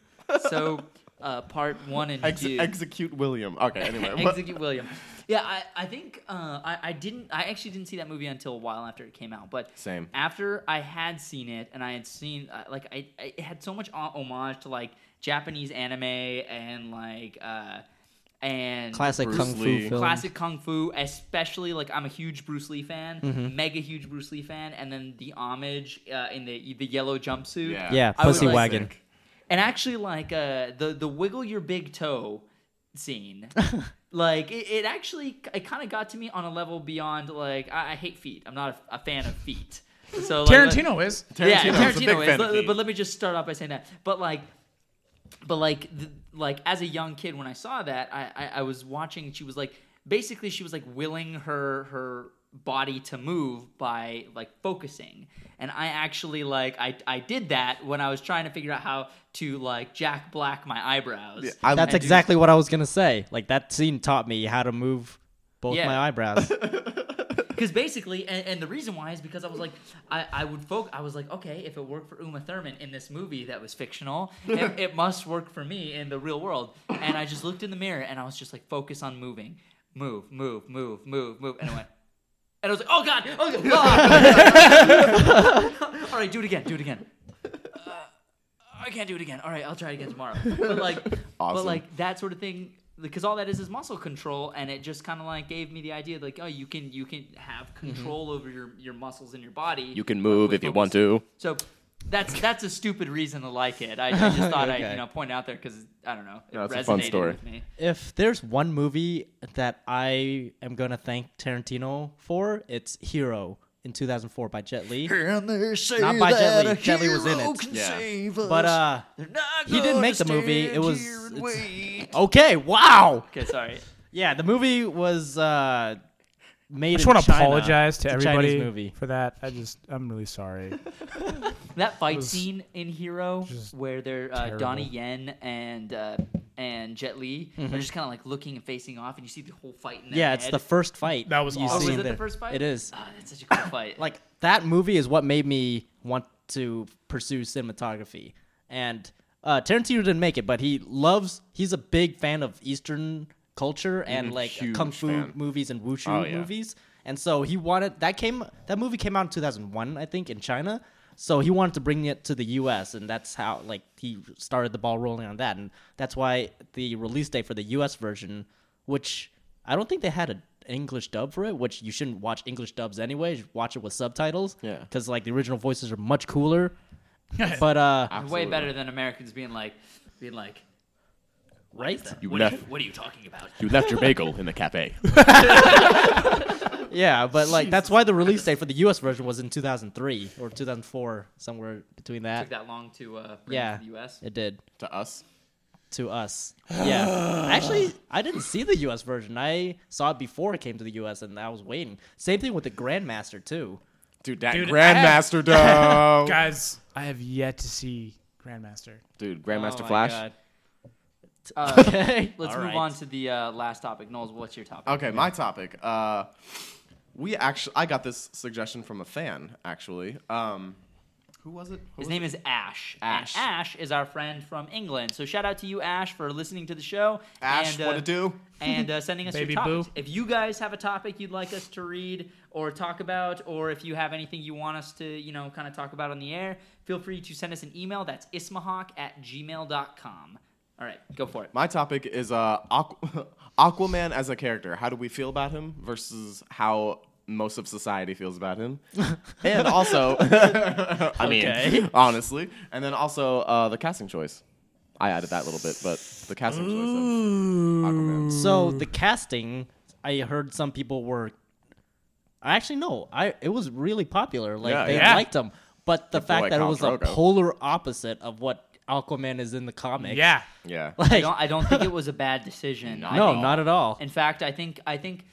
A: So uh, part one and
C: Ex-
A: two.
C: execute William. Okay, anyway. but-
A: Execute William. Yeah, I, I think uh, I, I didn't. I actually didn't see that movie until a while after it came out. But
C: Same.
A: After I had seen it, and I had seen uh, like I, I it had so much o- homage to like Japanese anime and like uh, and
D: Classic
C: Bruce
D: kung fu
C: Lee.
D: film.
A: classic kung fu, especially like I'm a huge Bruce Lee fan, mega huge Bruce Lee fan, and then the homage uh, in the the yellow jumpsuit.
C: yeah.
D: Yeah,
A: I was
D: pussy
A: like-
D: wagon.
A: And actually, like uh, the the wiggle your big toe scene, like it, it actually it kind of got to me on a level beyond like I, I hate feet. I'm not a, a fan of feet. So like,
E: Tarantino is.
A: yeah,
C: Tarantino's a big
A: Tarantino is.
C: fan of
A: But,
C: feet.
A: but let me just start off by saying that. But like, but like, the, like as a young kid, when I saw that, I, I I was watching. She was like, basically, she was like willing her her body to move by like focusing and i actually like i i did that when i was trying to figure out how to like jack black my eyebrows
C: Yeah, I-
D: That's
A: and do-
D: exactly what I was gonna say. Like that scene taught me how to move both
A: Yeah.
D: my eyebrows.
A: because basically and, and the reason why is because i was like i, I would focus i was like okay if it worked for uma thurman in this movie that was fictional it, it must work for me in the real world and i just looked in the mirror and i was just like focus on moving move move move move move and i went and i was like oh god oh god ah." all right do it again do it again Uh, i can't do it again all right i'll try it again tomorrow but like but
C: Awesome.
A: like that sort of thing because all that is is muscle control and it just kind of like gave me the idea like oh you can you can have
D: Mm-hmm.
A: control over your your muscles in your body
C: you can move if you want to.
A: so that's that's a stupid reason to like it i, I just thought i
D: Okay.
A: you know point it out there because i don't know it
C: No, it's
A: resonated
C: a fun story.
A: with me
D: if there's one movie that I am gonna thank Tarantino for, it's Hero in 2004 by Jet Li. Not by Jet Li. Jet Li was in it. But uh, he didn't make the movie. It was it's- okay. Wow.
A: okay sorry
D: Yeah, the movie was uh, made.
E: I just
D: in
E: want to
D: China.
E: apologize to
D: It's a
E: everybody
D: Chinese movie.
E: for that. I just, I'm really sorry.
A: that fight
E: was
A: scene in Hero
E: just
A: where they're uh,
E: terrible.
A: Donnie Yen and uh, and Jet Li they're just kind of like looking and facing off, and you see the whole fight. In their
D: Mm-hmm. Yeah, it's
A: head.
D: the first fight.
E: That was
D: you
E: awesome.
A: Oh,
D: see
A: was it
D: in
A: the
D: there.
A: first fight?
D: It is.
A: Ah, that's such a cool fight.
D: Like that movie is what made me want to pursue cinematography. And uh, Tarantino didn't make it, but he loves. He's a big fan of Eastern culture and like
C: huge
D: kung fu
C: fan.
D: movies and wushu
C: Oh, yeah.
D: movies. And so he wanted that came that movie came out in 2001, I think, in China. So he wanted to bring it to the U.S. and that's how like he started the ball rolling on that. And that's why the release date for the U.S. version, which I don't think they had an English dub for it, which you shouldn't watch English dubs anyway. You should watch it with subtitles.
C: Yeah.
D: Because like the original voices are much cooler. but uh,
A: way better than Americans being like being like.
D: right?
C: You
A: What, are, you,
C: left.
A: what are you talking about?
C: You left your bagel in the cafe.
D: Yeah, but like that's why the release date for the U.S. version was in 2003 or 2004, somewhere between that.
A: Took that long to uh, bring
D: yeah,
A: to the U.S.
D: it did
C: to us,
D: to us. Yeah, actually, I didn't see the U.S. version. I saw it before it came to the U.S. and I was waiting. Same thing with the Grandmaster too.
C: dude. That
E: Dude, I have-
C: Grandmaster
D: Oh.
C: dog.
E: Guys, I have yet to see Grandmaster.
C: dude, Grandmaster
D: Oh my
C: Flash.
D: God.
A: Uh,
D: Okay,
A: let's
D: all
A: move
D: right.
A: on to the uh, last topic. Knowles, what's your topic?
C: Okay, my topic. Uh, we actually, I got this suggestion from a fan. Actually, um, who was it? Who
A: His
C: was
A: name
C: it?
A: is Ash.
C: Ash.
A: And Ash is our friend from England. So shout out to you, Ash, for listening to the show.
C: Ash.
A: and, uh,
C: what to do?
A: and uh, sending us
E: Baby
A: your
E: boo.
A: topics. If you guys have a topic you'd like us to read or talk about, or if you have anything you want us to, you know, kind of talk about on the air, feel free to send us an email. That's ismahawk at gmail.com. All right, go for it.
C: My topic is uh, Aqu- Aquaman as a character. How do we feel about him versus how most of society feels about him? and also, I mean,
D: Okay.
C: honestly, and then also uh, the casting choice. I added that little bit, but the casting choice of Aquaman.
D: So the casting, I heard some people were. I actually no, I it was really popular. Like
C: Yeah,
D: they
E: yeah.
D: liked him, but the
C: Good
D: fact
C: boy,
D: that
C: Khal
D: it was
C: Drogo.
D: a polar opposite of what Aquaman is in the comic.
E: Yeah.
C: Yeah.
A: I
D: like
A: don't, I don't think it was a bad decision. I
D: no,
A: think-
D: not at all.
A: In fact, I think I think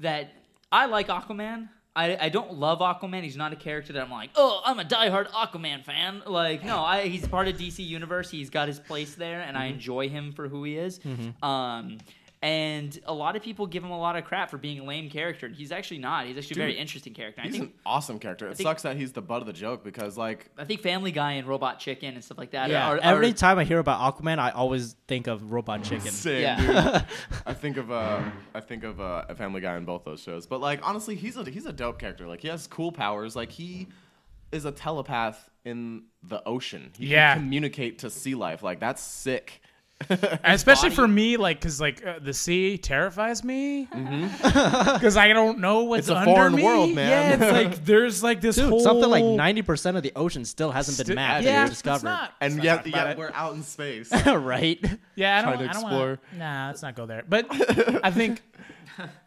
A: that I like Aquaman. I, I don't love Aquaman. He's not a character that I'm like, oh, I'm a diehard Aquaman fan. Like, no, I, he's part of DC Universe. He's got his place there, and I enjoy him for who he is. Um, and a lot of people give him a lot of crap for being a lame character. He's actually not. He's actually a very
C: Dude,
A: interesting character. I
C: He's
A: think
C: an awesome character. It
A: think-
C: sucks that he's the butt of the joke because, like,
A: I think Family Guy and Robot Chicken and stuff like that.
D: yeah,
A: are, are,
D: every time I hear about Aquaman, I always think of Robot Chicken.
C: same,
A: Yeah.
C: dude. I think of uh, I think of uh, a Family Guy in both those shows. But like, honestly, he's a he's a dope character. Like, he has cool powers. Like, he is a telepath in the ocean. He
E: Yeah.
C: can communicate to sea life. Like, that's sick.
E: And especially
A: body-
E: for me, like, because, like, uh, the sea terrifies me. Because
D: Mm-hmm.
E: I don't know what's
C: It's a
E: under
C: foreign
E: me.
C: world, man.
E: Yeah, it's like, there's, like, this
D: Dude,
E: whole...
D: something like ninety percent of the ocean still hasn't been
E: Sti-
D: mapped
E: yeah,
D: or discovered.
E: It's not.
C: And
E: let's not
C: yet,
E: talk about
C: yet
E: it.
C: we're out in space.
D: right?
E: Yeah, I don't,
C: trying to
E: I don't wanna-
C: explore.
E: nah, let's not go there. But I think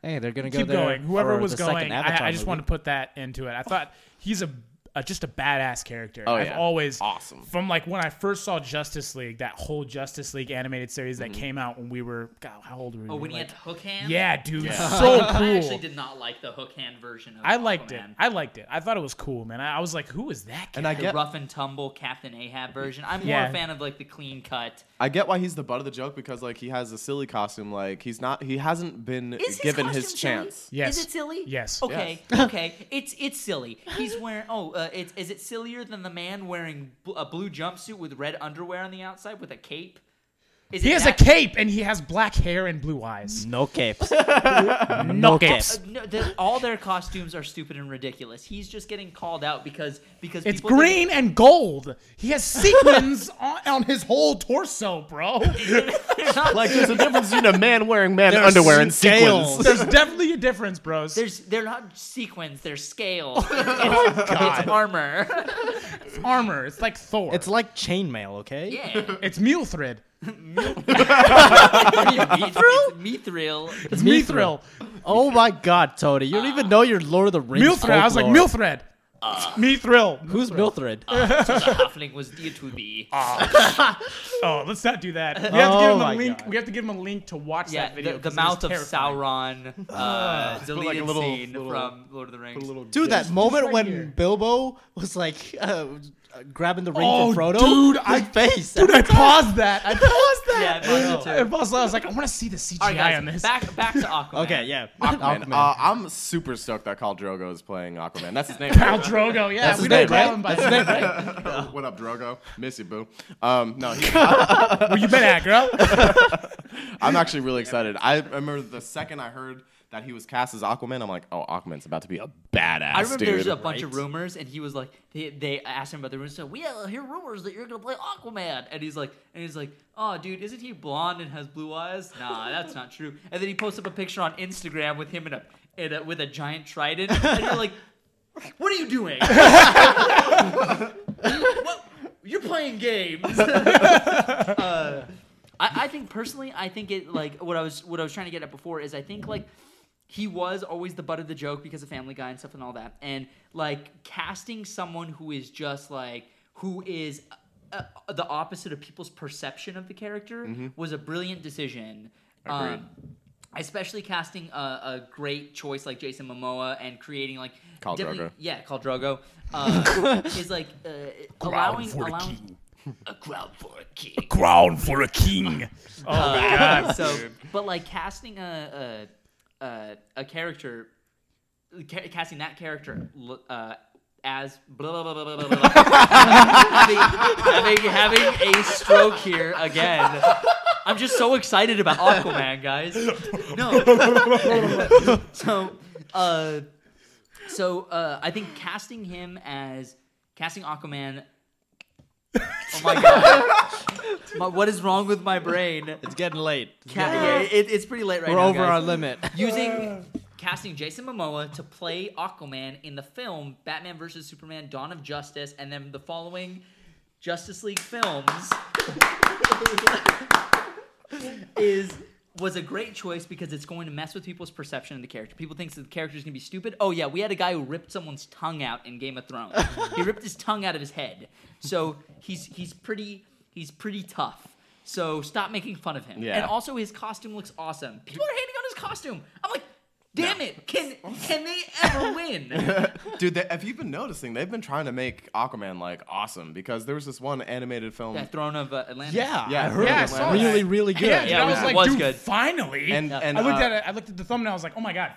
D: Hey, they're gonna go
E: keep
D: there
E: going. Whoever
D: for
E: was
D: the second
E: going, I,
D: Avatar
E: I just
D: movie.
E: wanted to put that into it. I thought he's a, a uh, just a badass character.
C: Oh,
E: I've
C: yeah.
E: always
C: Awesome.
E: from like when I first saw Justice League, that whole Justice League animated series that came out when we were God, how old were we?
A: Oh, when he
E: Like-
A: had the hook hand.
E: yeah, dude, so cool.
A: I actually did not like the hook hand version. of
E: I liked it.
A: Aquaman.
E: I liked it. I thought it was cool, man. I, I was like, who is that? Kid?
C: And I
A: the
C: get,
A: rough and tumble Captain Ahab version. I'm more
E: Yeah.
A: a fan of like the clean cut.
C: I get why he's the butt of the joke because like he has a silly costume. Like he's not, he hasn't been given his chance.
E: Yes.
A: Is it silly?
E: Yes.
A: Okay. Okay. It's it's silly. He's wearing. Oh, uh, it's is it sillier than the man wearing bl- a blue jumpsuit with red underwear on the outside with a cape? Is
E: he
A: it
E: has
A: that-
E: a cape and he has black hair and blue eyes.
D: No capes.
E: No
A: Uh, no, the, all their costumes are stupid and ridiculous. He's just getting called out because because
E: It's
A: people think-
E: green and gold. He has sequins on, on his whole torso, bro.
A: They're not-
C: Like there's a difference between a man wearing man
D: There's
C: underwear and
D: scales.
C: sequins.
E: There's definitely a difference, bros.
A: there's they're not sequins. They're scales.
E: Oh,
A: it's, it's armor.
E: armor. It's like Thor.
D: It's like chainmail, okay?
A: yeah.
E: it's mule thread.
A: Mithril. Mithril.
E: It's Mithril.
D: Oh my god, Tony. You don't even know your Lord of the Rings.
E: Mithril. I was like
D: folklore.
E: Milthred.
A: Uh.
E: Mithril.
D: Who's Milthred?
E: Ah,
A: The halfling was dear to thee.
E: Oh, let's not do that. We have to give
D: Oh
E: him a
D: my
E: link.
D: God.
E: We have to give him a link to watch
A: yeah,
E: that video.
A: the, the
E: 'cause it
A: mouth of
E: was terrifying.
A: Sauron, uh, deleted
C: like, a little-
A: scene
C: little-
A: from Lord of the Rings.
D: Dude, that moment
E: right
D: when
E: here.
D: Bilbo was like uh, uh, grabbing the ring
E: Oh,
D: from Frodo.
E: dude,
D: his
E: I-
D: face.
E: Dude, I paused that. I paused
A: yeah,
E: that.
A: mine too.
E: And also, I was like, I want to see the CGI
A: All right,
E: on
A: guys,
E: this.
A: back back to Aquaman.
D: okay, yeah.
C: Aquaman.
D: Aquaman.
C: Uh, I'm super stoked that Khal Drogo is playing Aquaman. That's his name.
E: Khal Drogo. Yeah,
D: That's
E: we
D: his
E: don't
D: name,
E: call
D: right?
E: him by
D: That's his name, right?
C: what up, Drogo? Miss you, boo. Um, no, he,
E: Where you been at, girl?
C: I'm actually really excited. I remember the second I heard that he was cast as Aquaman, I'm like, oh, Aquaman's about to be a badass
A: I remember
C: dude.
A: there's a bunch of rumors, and he was like, they, they asked him about the rumors. So we uh, hear rumors that you're gonna play Aquaman, and he's like, and he's like, oh, dude, isn't he blonde and has blue eyes? Nah, that's not true. And then he posts up a picture on Instagram with him in a, in a with a giant trident, and you're like, what are you doing? What- You're playing games. Uh, I, I think personally, I think it like what I was what I was trying to get at before is I think like he was always the butt of the joke because of Family Guy and stuff and all that, and like casting someone who is just like who is. Uh, uh, the opposite of people's perception of the character was a brilliant decision.
C: Mm-hmm.
A: Um,
C: Agreed.
A: especially casting a, a great choice like Jason Momoa and creating like
C: Khal
A: definitely-
C: Drogo.
A: yeah, called Drogo. Uh, is like uh, allowing
B: for a
A: allowing
B: king.
A: a crowd for a king.
B: Crown for a king.
A: so, but like casting a a, a, a character, ca- casting that character l- uh, as blah blah blah blah blah. blah, blah, blah. having, having having a stroke here again. I'm just so excited about Aquaman, guys. No. so, uh, so uh, I think casting him as casting Aquaman. Oh my god! Uh, My- what is wrong with my brain?
D: It's getting late. It's
A: Ca-
D: getting
A: yeah,
D: late.
A: it, it's pretty late right
D: We're
A: now.
D: over
A: guys.
D: our limit.
A: Using casting Jason Momoa to play Aquaman in the film Batman vs Superman: Dawn of Justice, and then the following Justice League films is was a great choice because it's going to mess with people's perception of the character. People think that the character's going to be stupid. Oh yeah, we had a guy who ripped someone's tongue out in Game of Thrones. he ripped his tongue out of his head. So he's he's pretty he's pretty tough. So stop making fun of him.
C: Yeah.
A: And also his costume looks awesome. People are hating on his costume. I'm like, damn it. Can can they ever win?
C: Dude, they, if you've been noticing, they've been trying to make Aquaman like awesome because there was this one animated film.
A: that throne of uh, Atlantis.
D: Yeah,
C: Yeah,
D: I heard
C: yeah, I
D: it.
C: saw
D: really,
E: that.
D: really good.
E: Yeah, dude,
A: Yeah,
E: I
A: it
E: was
A: was-
E: like,
A: it was
E: dude,
A: good.
E: finally.
C: And- and,
E: I looked
C: uh,
E: at it. I looked at the thumbnail. I was like, oh my god,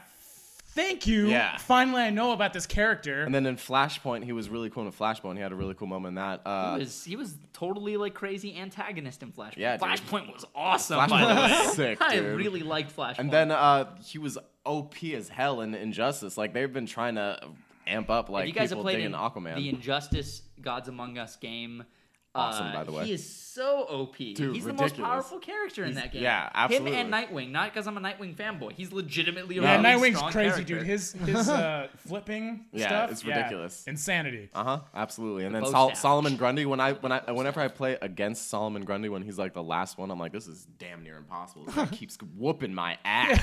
E: thank you.
C: Yeah.
E: Finally, I know about this character.
C: And then in Flashpoint, he was really cool in Flashpoint. He had a really cool moment in that. Uh,
A: He was, he was totally like crazy antagonist in Flashpoint.
C: Yeah, dude.
A: Flashpoint was awesome. by the way.
C: Flashpoint was sick,
A: I
C: dude.
A: really liked Flashpoint.
C: and then uh, he was OP as hell in Injustice. Like they've been trying to amp up like
A: If you guys
C: people
A: have played
C: digging
A: in
C: Aquaman.
A: the Injustice Gods Among Us game.
C: Awesome,
A: uh,
C: by the way.
A: He is so OP. He's the most
C: ridiculous.
A: powerful character in that game.
C: yeah, absolutely.
A: Him and Nightwing, not because I'm a Nightwing fanboy. He's legitimately a
E: yeah,
A: really
E: Nightwing's
A: strong
E: crazy,
A: character.
E: dude. His his uh, flipping
C: Yeah,
E: stuff.
C: it's ridiculous.
E: Insanity.
C: Uh huh. Absolutely. And then
A: bow
C: Sol-
A: staff.
C: Solomon Grundy. When I when I whenever I play against Solomon Grundy, when he's like the last one, I'm like, this is damn near impossible. This guy keeps whooping my ass.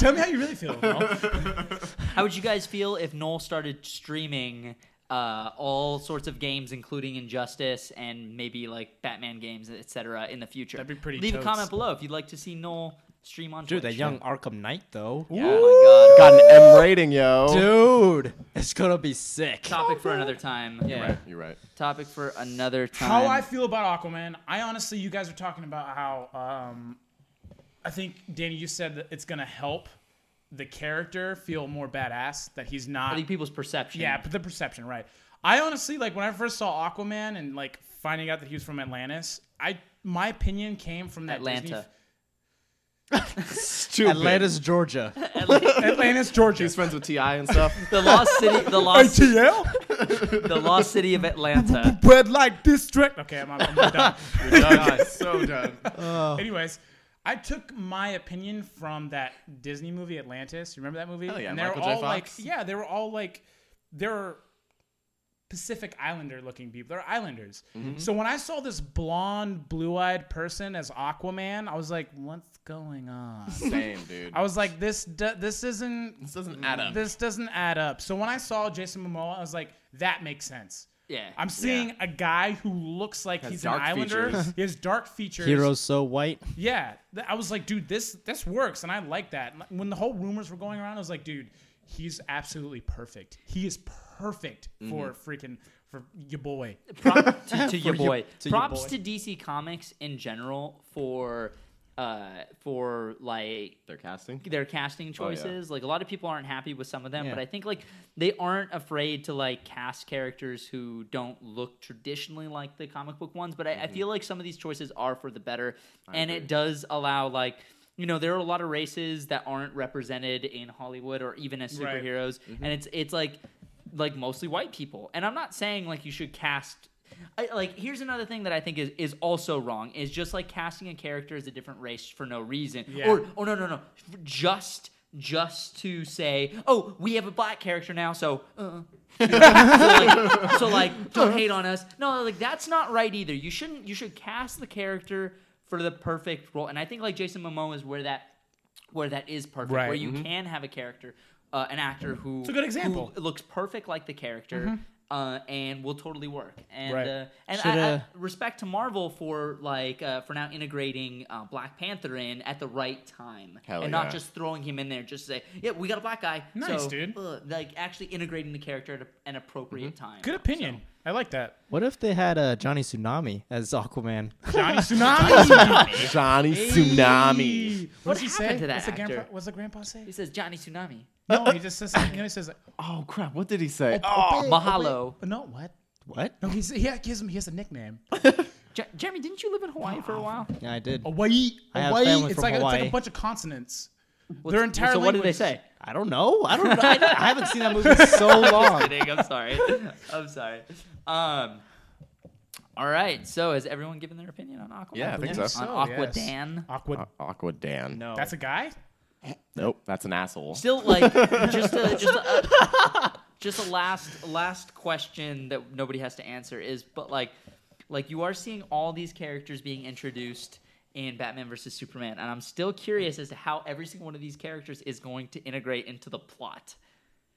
E: Tell me how you really feel. Mel.
A: How would you guys feel if Noel started streaming uh, all sorts of games, including Injustice and maybe like Batman games, etc. In the future,
E: That'd be pretty
A: Leave
E: totes.
A: a comment below if you'd like to see Noel stream on
D: Dude,
A: Twitch.
D: that young Arkham Knight though.
A: Yeah, oh my god,
C: Got an M rating, yo.
D: Dude, it's gonna be sick.
A: topic for another time. Yeah,
C: You're right.
A: topic for another time.
E: How I feel about Aquaman, I honestly, you guys are talking about how um, I think Danny, you said that it's gonna help the character feel more badass that he's
A: I
E: not.
A: think people's perception.
E: Yeah, but the perception, right? I honestly like when I first saw Aquaman and like finding out that he was from Atlantis. I my opinion came from that Disney
A: Atlanta.
C: Stupid.
D: Atlanta's Georgia.
E: Atlantis, Georgia.
C: He's friends with Ti and stuff.
A: The lost city, the lost,
F: ATL?
A: the lost city of Atlanta.
F: Red Light District.
E: Okay, I'm, I'm done.
C: God, so done.
E: Anyways, I took my opinion from that Disney movie Atlantis. You remember that movie?
C: Hell Oh, yeah,
E: and they were
C: Michael J.
E: all like,
C: Fox.
E: yeah, they were all like, they're Pacific Islander looking people. They're Islanders.
C: Mm-hmm.
E: So when I saw this blonde, blue-eyed person as Aquaman, I was like, what's going on?
C: Same, dude.
E: I was like, this do- this isn't
C: This doesn't add up.
E: this doesn't add up. So when I saw Jason Momoa, I was like, that makes sense.
A: Yeah,
E: I'm seeing a guy who looks like he's an
C: dark
E: Islander.
C: features.
E: He has dark features.
D: Heroes so white.
E: Yeah, Th- I was like, dude, this this works, and I like that. And When the whole rumors were going around, I was like, dude, he's absolutely perfect. He is perfect for freaking for your boy.
A: prop to, to your
D: your-
A: boy.
D: to your
A: Props
D: boy.
A: to DC Comics in general for uh for like
C: They're casting.
A: their casting
C: yeah.
A: choices. Like a lot of people aren't happy with some of them, but
D: Yeah.
A: I think like they aren't afraid to like cast characters who don't look traditionally like the comic book ones. But I, I feel like some of these choices are for the better, and it does allow like. You know there are a lot of races that aren't represented in Hollywood or even as
E: Right.
A: superheroes, and it's it's like like mostly white people. And I'm not saying like you should cast I, like here's another thing that I think is, is also wrong is just like casting a character as a different race for no reason
E: Yeah.
A: or oh no no no just just to say oh we have a black character now so uh so, like, so like
E: Uh-huh.
A: don't hate on us no like that's not right either you shouldn't you should cast the character for the perfect role and I think like Jason Momoa is where that where that is perfect
E: Right. Mm-hmm.
A: where you can have a character uh, an actor who
E: a good example. Mm-hmm.
A: who it looks perfect like the character uh, and will totally work. And
E: Right.
A: uh, and
D: Should,
A: I, I
D: uh,
A: respect to Marvel for like uh, for now integrating uh, Black Panther in at the right time
C: Hell
A: and
C: yeah.
A: not just throwing him in there just to say yeah we got a black guy.
E: Nice,
A: so,
E: dude.
A: uh, like actually integrating the character at a, an appropriate time.
E: Good opinion. I like that.
D: What if they had uh, Johnny Tsunami as Aquaman?
E: Johnny Tsunami.
C: Johnny Tsunami.
E: what
A: What
E: does he
A: happened
E: say?
A: to that
E: What's
A: actor?
E: the grandpa? What's the grandpa say?
A: He says Johnny Tsunami.
E: No, he just says something. He says like,
C: Oh crap! What did he say?
A: Oh, Mahalo.
E: no, what?
D: What?
E: No, he's he gives him he has a nickname.
A: Je- Jeremy, didn't you live in Hawaii for a while?
D: Yeah, I did.
E: Hawaii.
D: I have
E: Hawaii.
D: family
E: it's
D: from
E: like a- it's like
D: Hawaii.
E: a bunch of consonants. Their entire
A: so what did they say?
E: language-
D: I don't know. I don't. I, I haven't seen that movie in so long.
A: kidding. I'm sorry. I'm sorry. Um, all right. So has everyone given their opinion on Aquaman?
C: Yeah, I think so.
A: On
E: So,
A: Aqua
E: yes.
A: Dan.
E: Aqua.
C: Aqua Dan.
D: No,
E: That's a guy.
C: Nope, that's an asshole.
A: Still, like, just a, just a, just a last last question that nobody has to answer is, but like, like you are seeing all these characters being introduced in Batman versus Superman, and I'm still curious as to how every single one of these characters is going to integrate into the plot.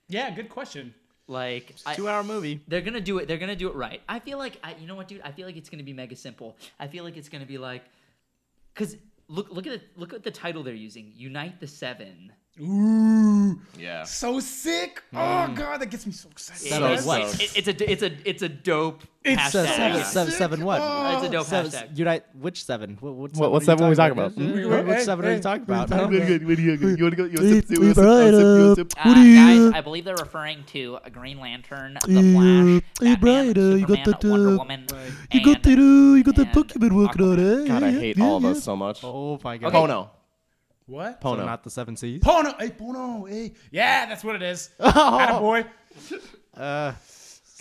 E: Yeah, good question.
A: Like, I-
D: two-hour movie.
A: They're gonna do it. They're gonna do it right. I feel like I, you know what, dude. I feel like it's gonna be mega simple. I feel like it's gonna be like, cause look, look at it. Look at the title they're using. Unite the Seven.
E: Ooh,
C: yeah.
E: so sick!
A: Mm.
E: Oh god, that gets me so excited.
C: So
A: it's,
C: what?
A: it's- it's a, it's a, it's a dope
E: It's
A: hashtag.
D: So, seven,
A: Yeah.
D: seven, seven, what?
A: It's a dope
D: Seven,
A: hashtag.
D: unite which seven? What, what seven
C: what
D: are you
C: seven we
D: Hmm?
C: talking Mm-hmm.
D: What, what seven are you talking about?
A: Uh, guys, I believe they're referring to a Green Lantern, The
F: Hey,
A: Flash,
F: hey,
A: Batman,
F: Brian, uh, Mm, you got
A: Superman,
F: that,
A: Wonder
F: uh,
A: Woman.
F: You got that,
A: and-
F: uh, you got
A: and
F: that Pokemon working on
A: Aquaman.
F: it.
C: God, I
F: Yeah,
C: hate
F: yeah,
C: all of
F: yeah.
C: us so much.
D: Oh my god!
C: Pono.
E: What?
D: So
C: Pono.
D: not the seven seas.
E: Pono, hey Pono, hey. Yeah, that's what it is.
D: Oh,
E: boy.
D: uh,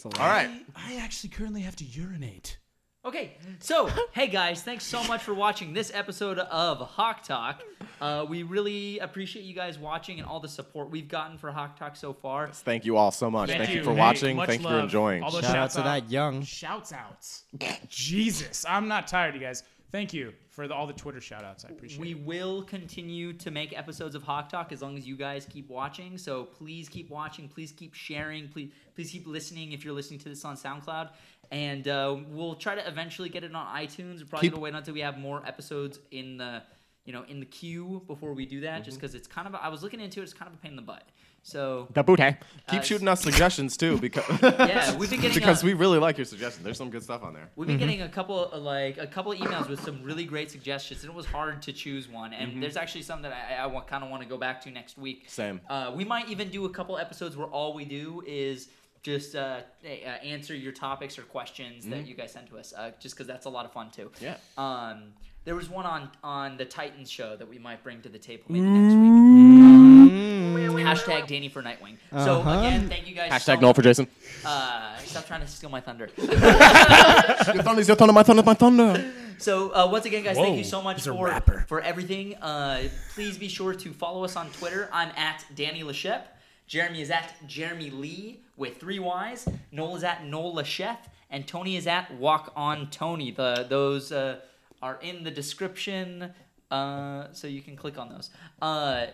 C: all right.
E: I actually currently have to urinate.
A: Okay, so hey guys, thanks so much for watching this episode of Hawk Talk. Uh, we really appreciate you guys watching and all the support we've gotten for Hawk Talk so far.
C: Thank you all so much. Thank, you.
E: you.
C: for
E: Hey,
C: watching.
E: much
C: Thank you for
E: love.
C: enjoying.
E: All those
D: Shout out
E: shouts
D: to that young.
E: Shouts outs. Jesus, I'm not tired, you guys. Thank you for the, all the Twitter shout outs. I appreciate
A: We
E: it.
A: will continue to make episodes of Hawk Talk as long as you guys keep watching. So please keep watching. Please keep sharing. Please please keep listening if you're listening to this on SoundCloud. And uh, we'll try to eventually get it on iTunes. We're probably
C: Keep-
A: gonna wait until we have more episodes in the you know in the queue before we do that, just
C: Mm-hmm.
A: because it's kind of a, I was looking into it. It's kind of a pain in the butt. So
B: The booty.
A: Uh,
C: Keep shooting us suggestions too, because
A: Yeah, we've been getting,
C: because
A: uh,
C: we Mm-hmm. really like your suggestions. There's some good stuff on there.
A: We've been getting a couple of, like a couple of emails with some really great suggestions, and it was hard to choose one. And there's actually some that I, I kind of want to go back to next week.
C: Mm-hmm. Same.
A: Uh, we might even do a couple episodes where all we do is just uh, eh, uh, answer your topics or questions that you guys send to us, uh, just because that's a lot of fun too.
C: Mm-hmm. Yeah.
A: Um, there was one on on the Titans show that we might bring to the table maybe next week.
C: Mm-hmm.
A: Hashtag Danny for Nightwing. So again, thank you guys. so
C: Uh-huh. Hashtag no for Jason.
A: uh, stop trying to steal my thunder.
C: Your thunder's your thunder, my thunder, my thunder.
A: So uh, once again, guys, thank you
E: Whoa,
A: so much
E: he's a
A: for
E: rapper.
A: for everything. Uh, please be sure to follow us on Twitter. I'm at Danny Lachep. Jeremy is at Jeremy Lee with three Y's. Noel is at Noel Lachef, and Tony is at Walk On Tony. The those uh, are in the description, uh, so you can click on those. Uh,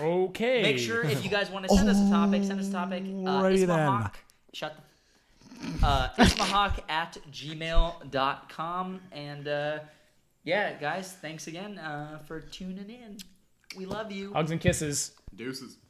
E: Okay.
A: Make sure if you guys want to send us a topic, send us a topic. Uh,
B: Alrighty
A: Isma
B: then.
A: Hawk, shut the. Uh, ismahawk at gmail.com. And uh, yeah, guys, thanks again uh, for tuning in. We love you.
E: Hugs and kisses.
C: Deuces.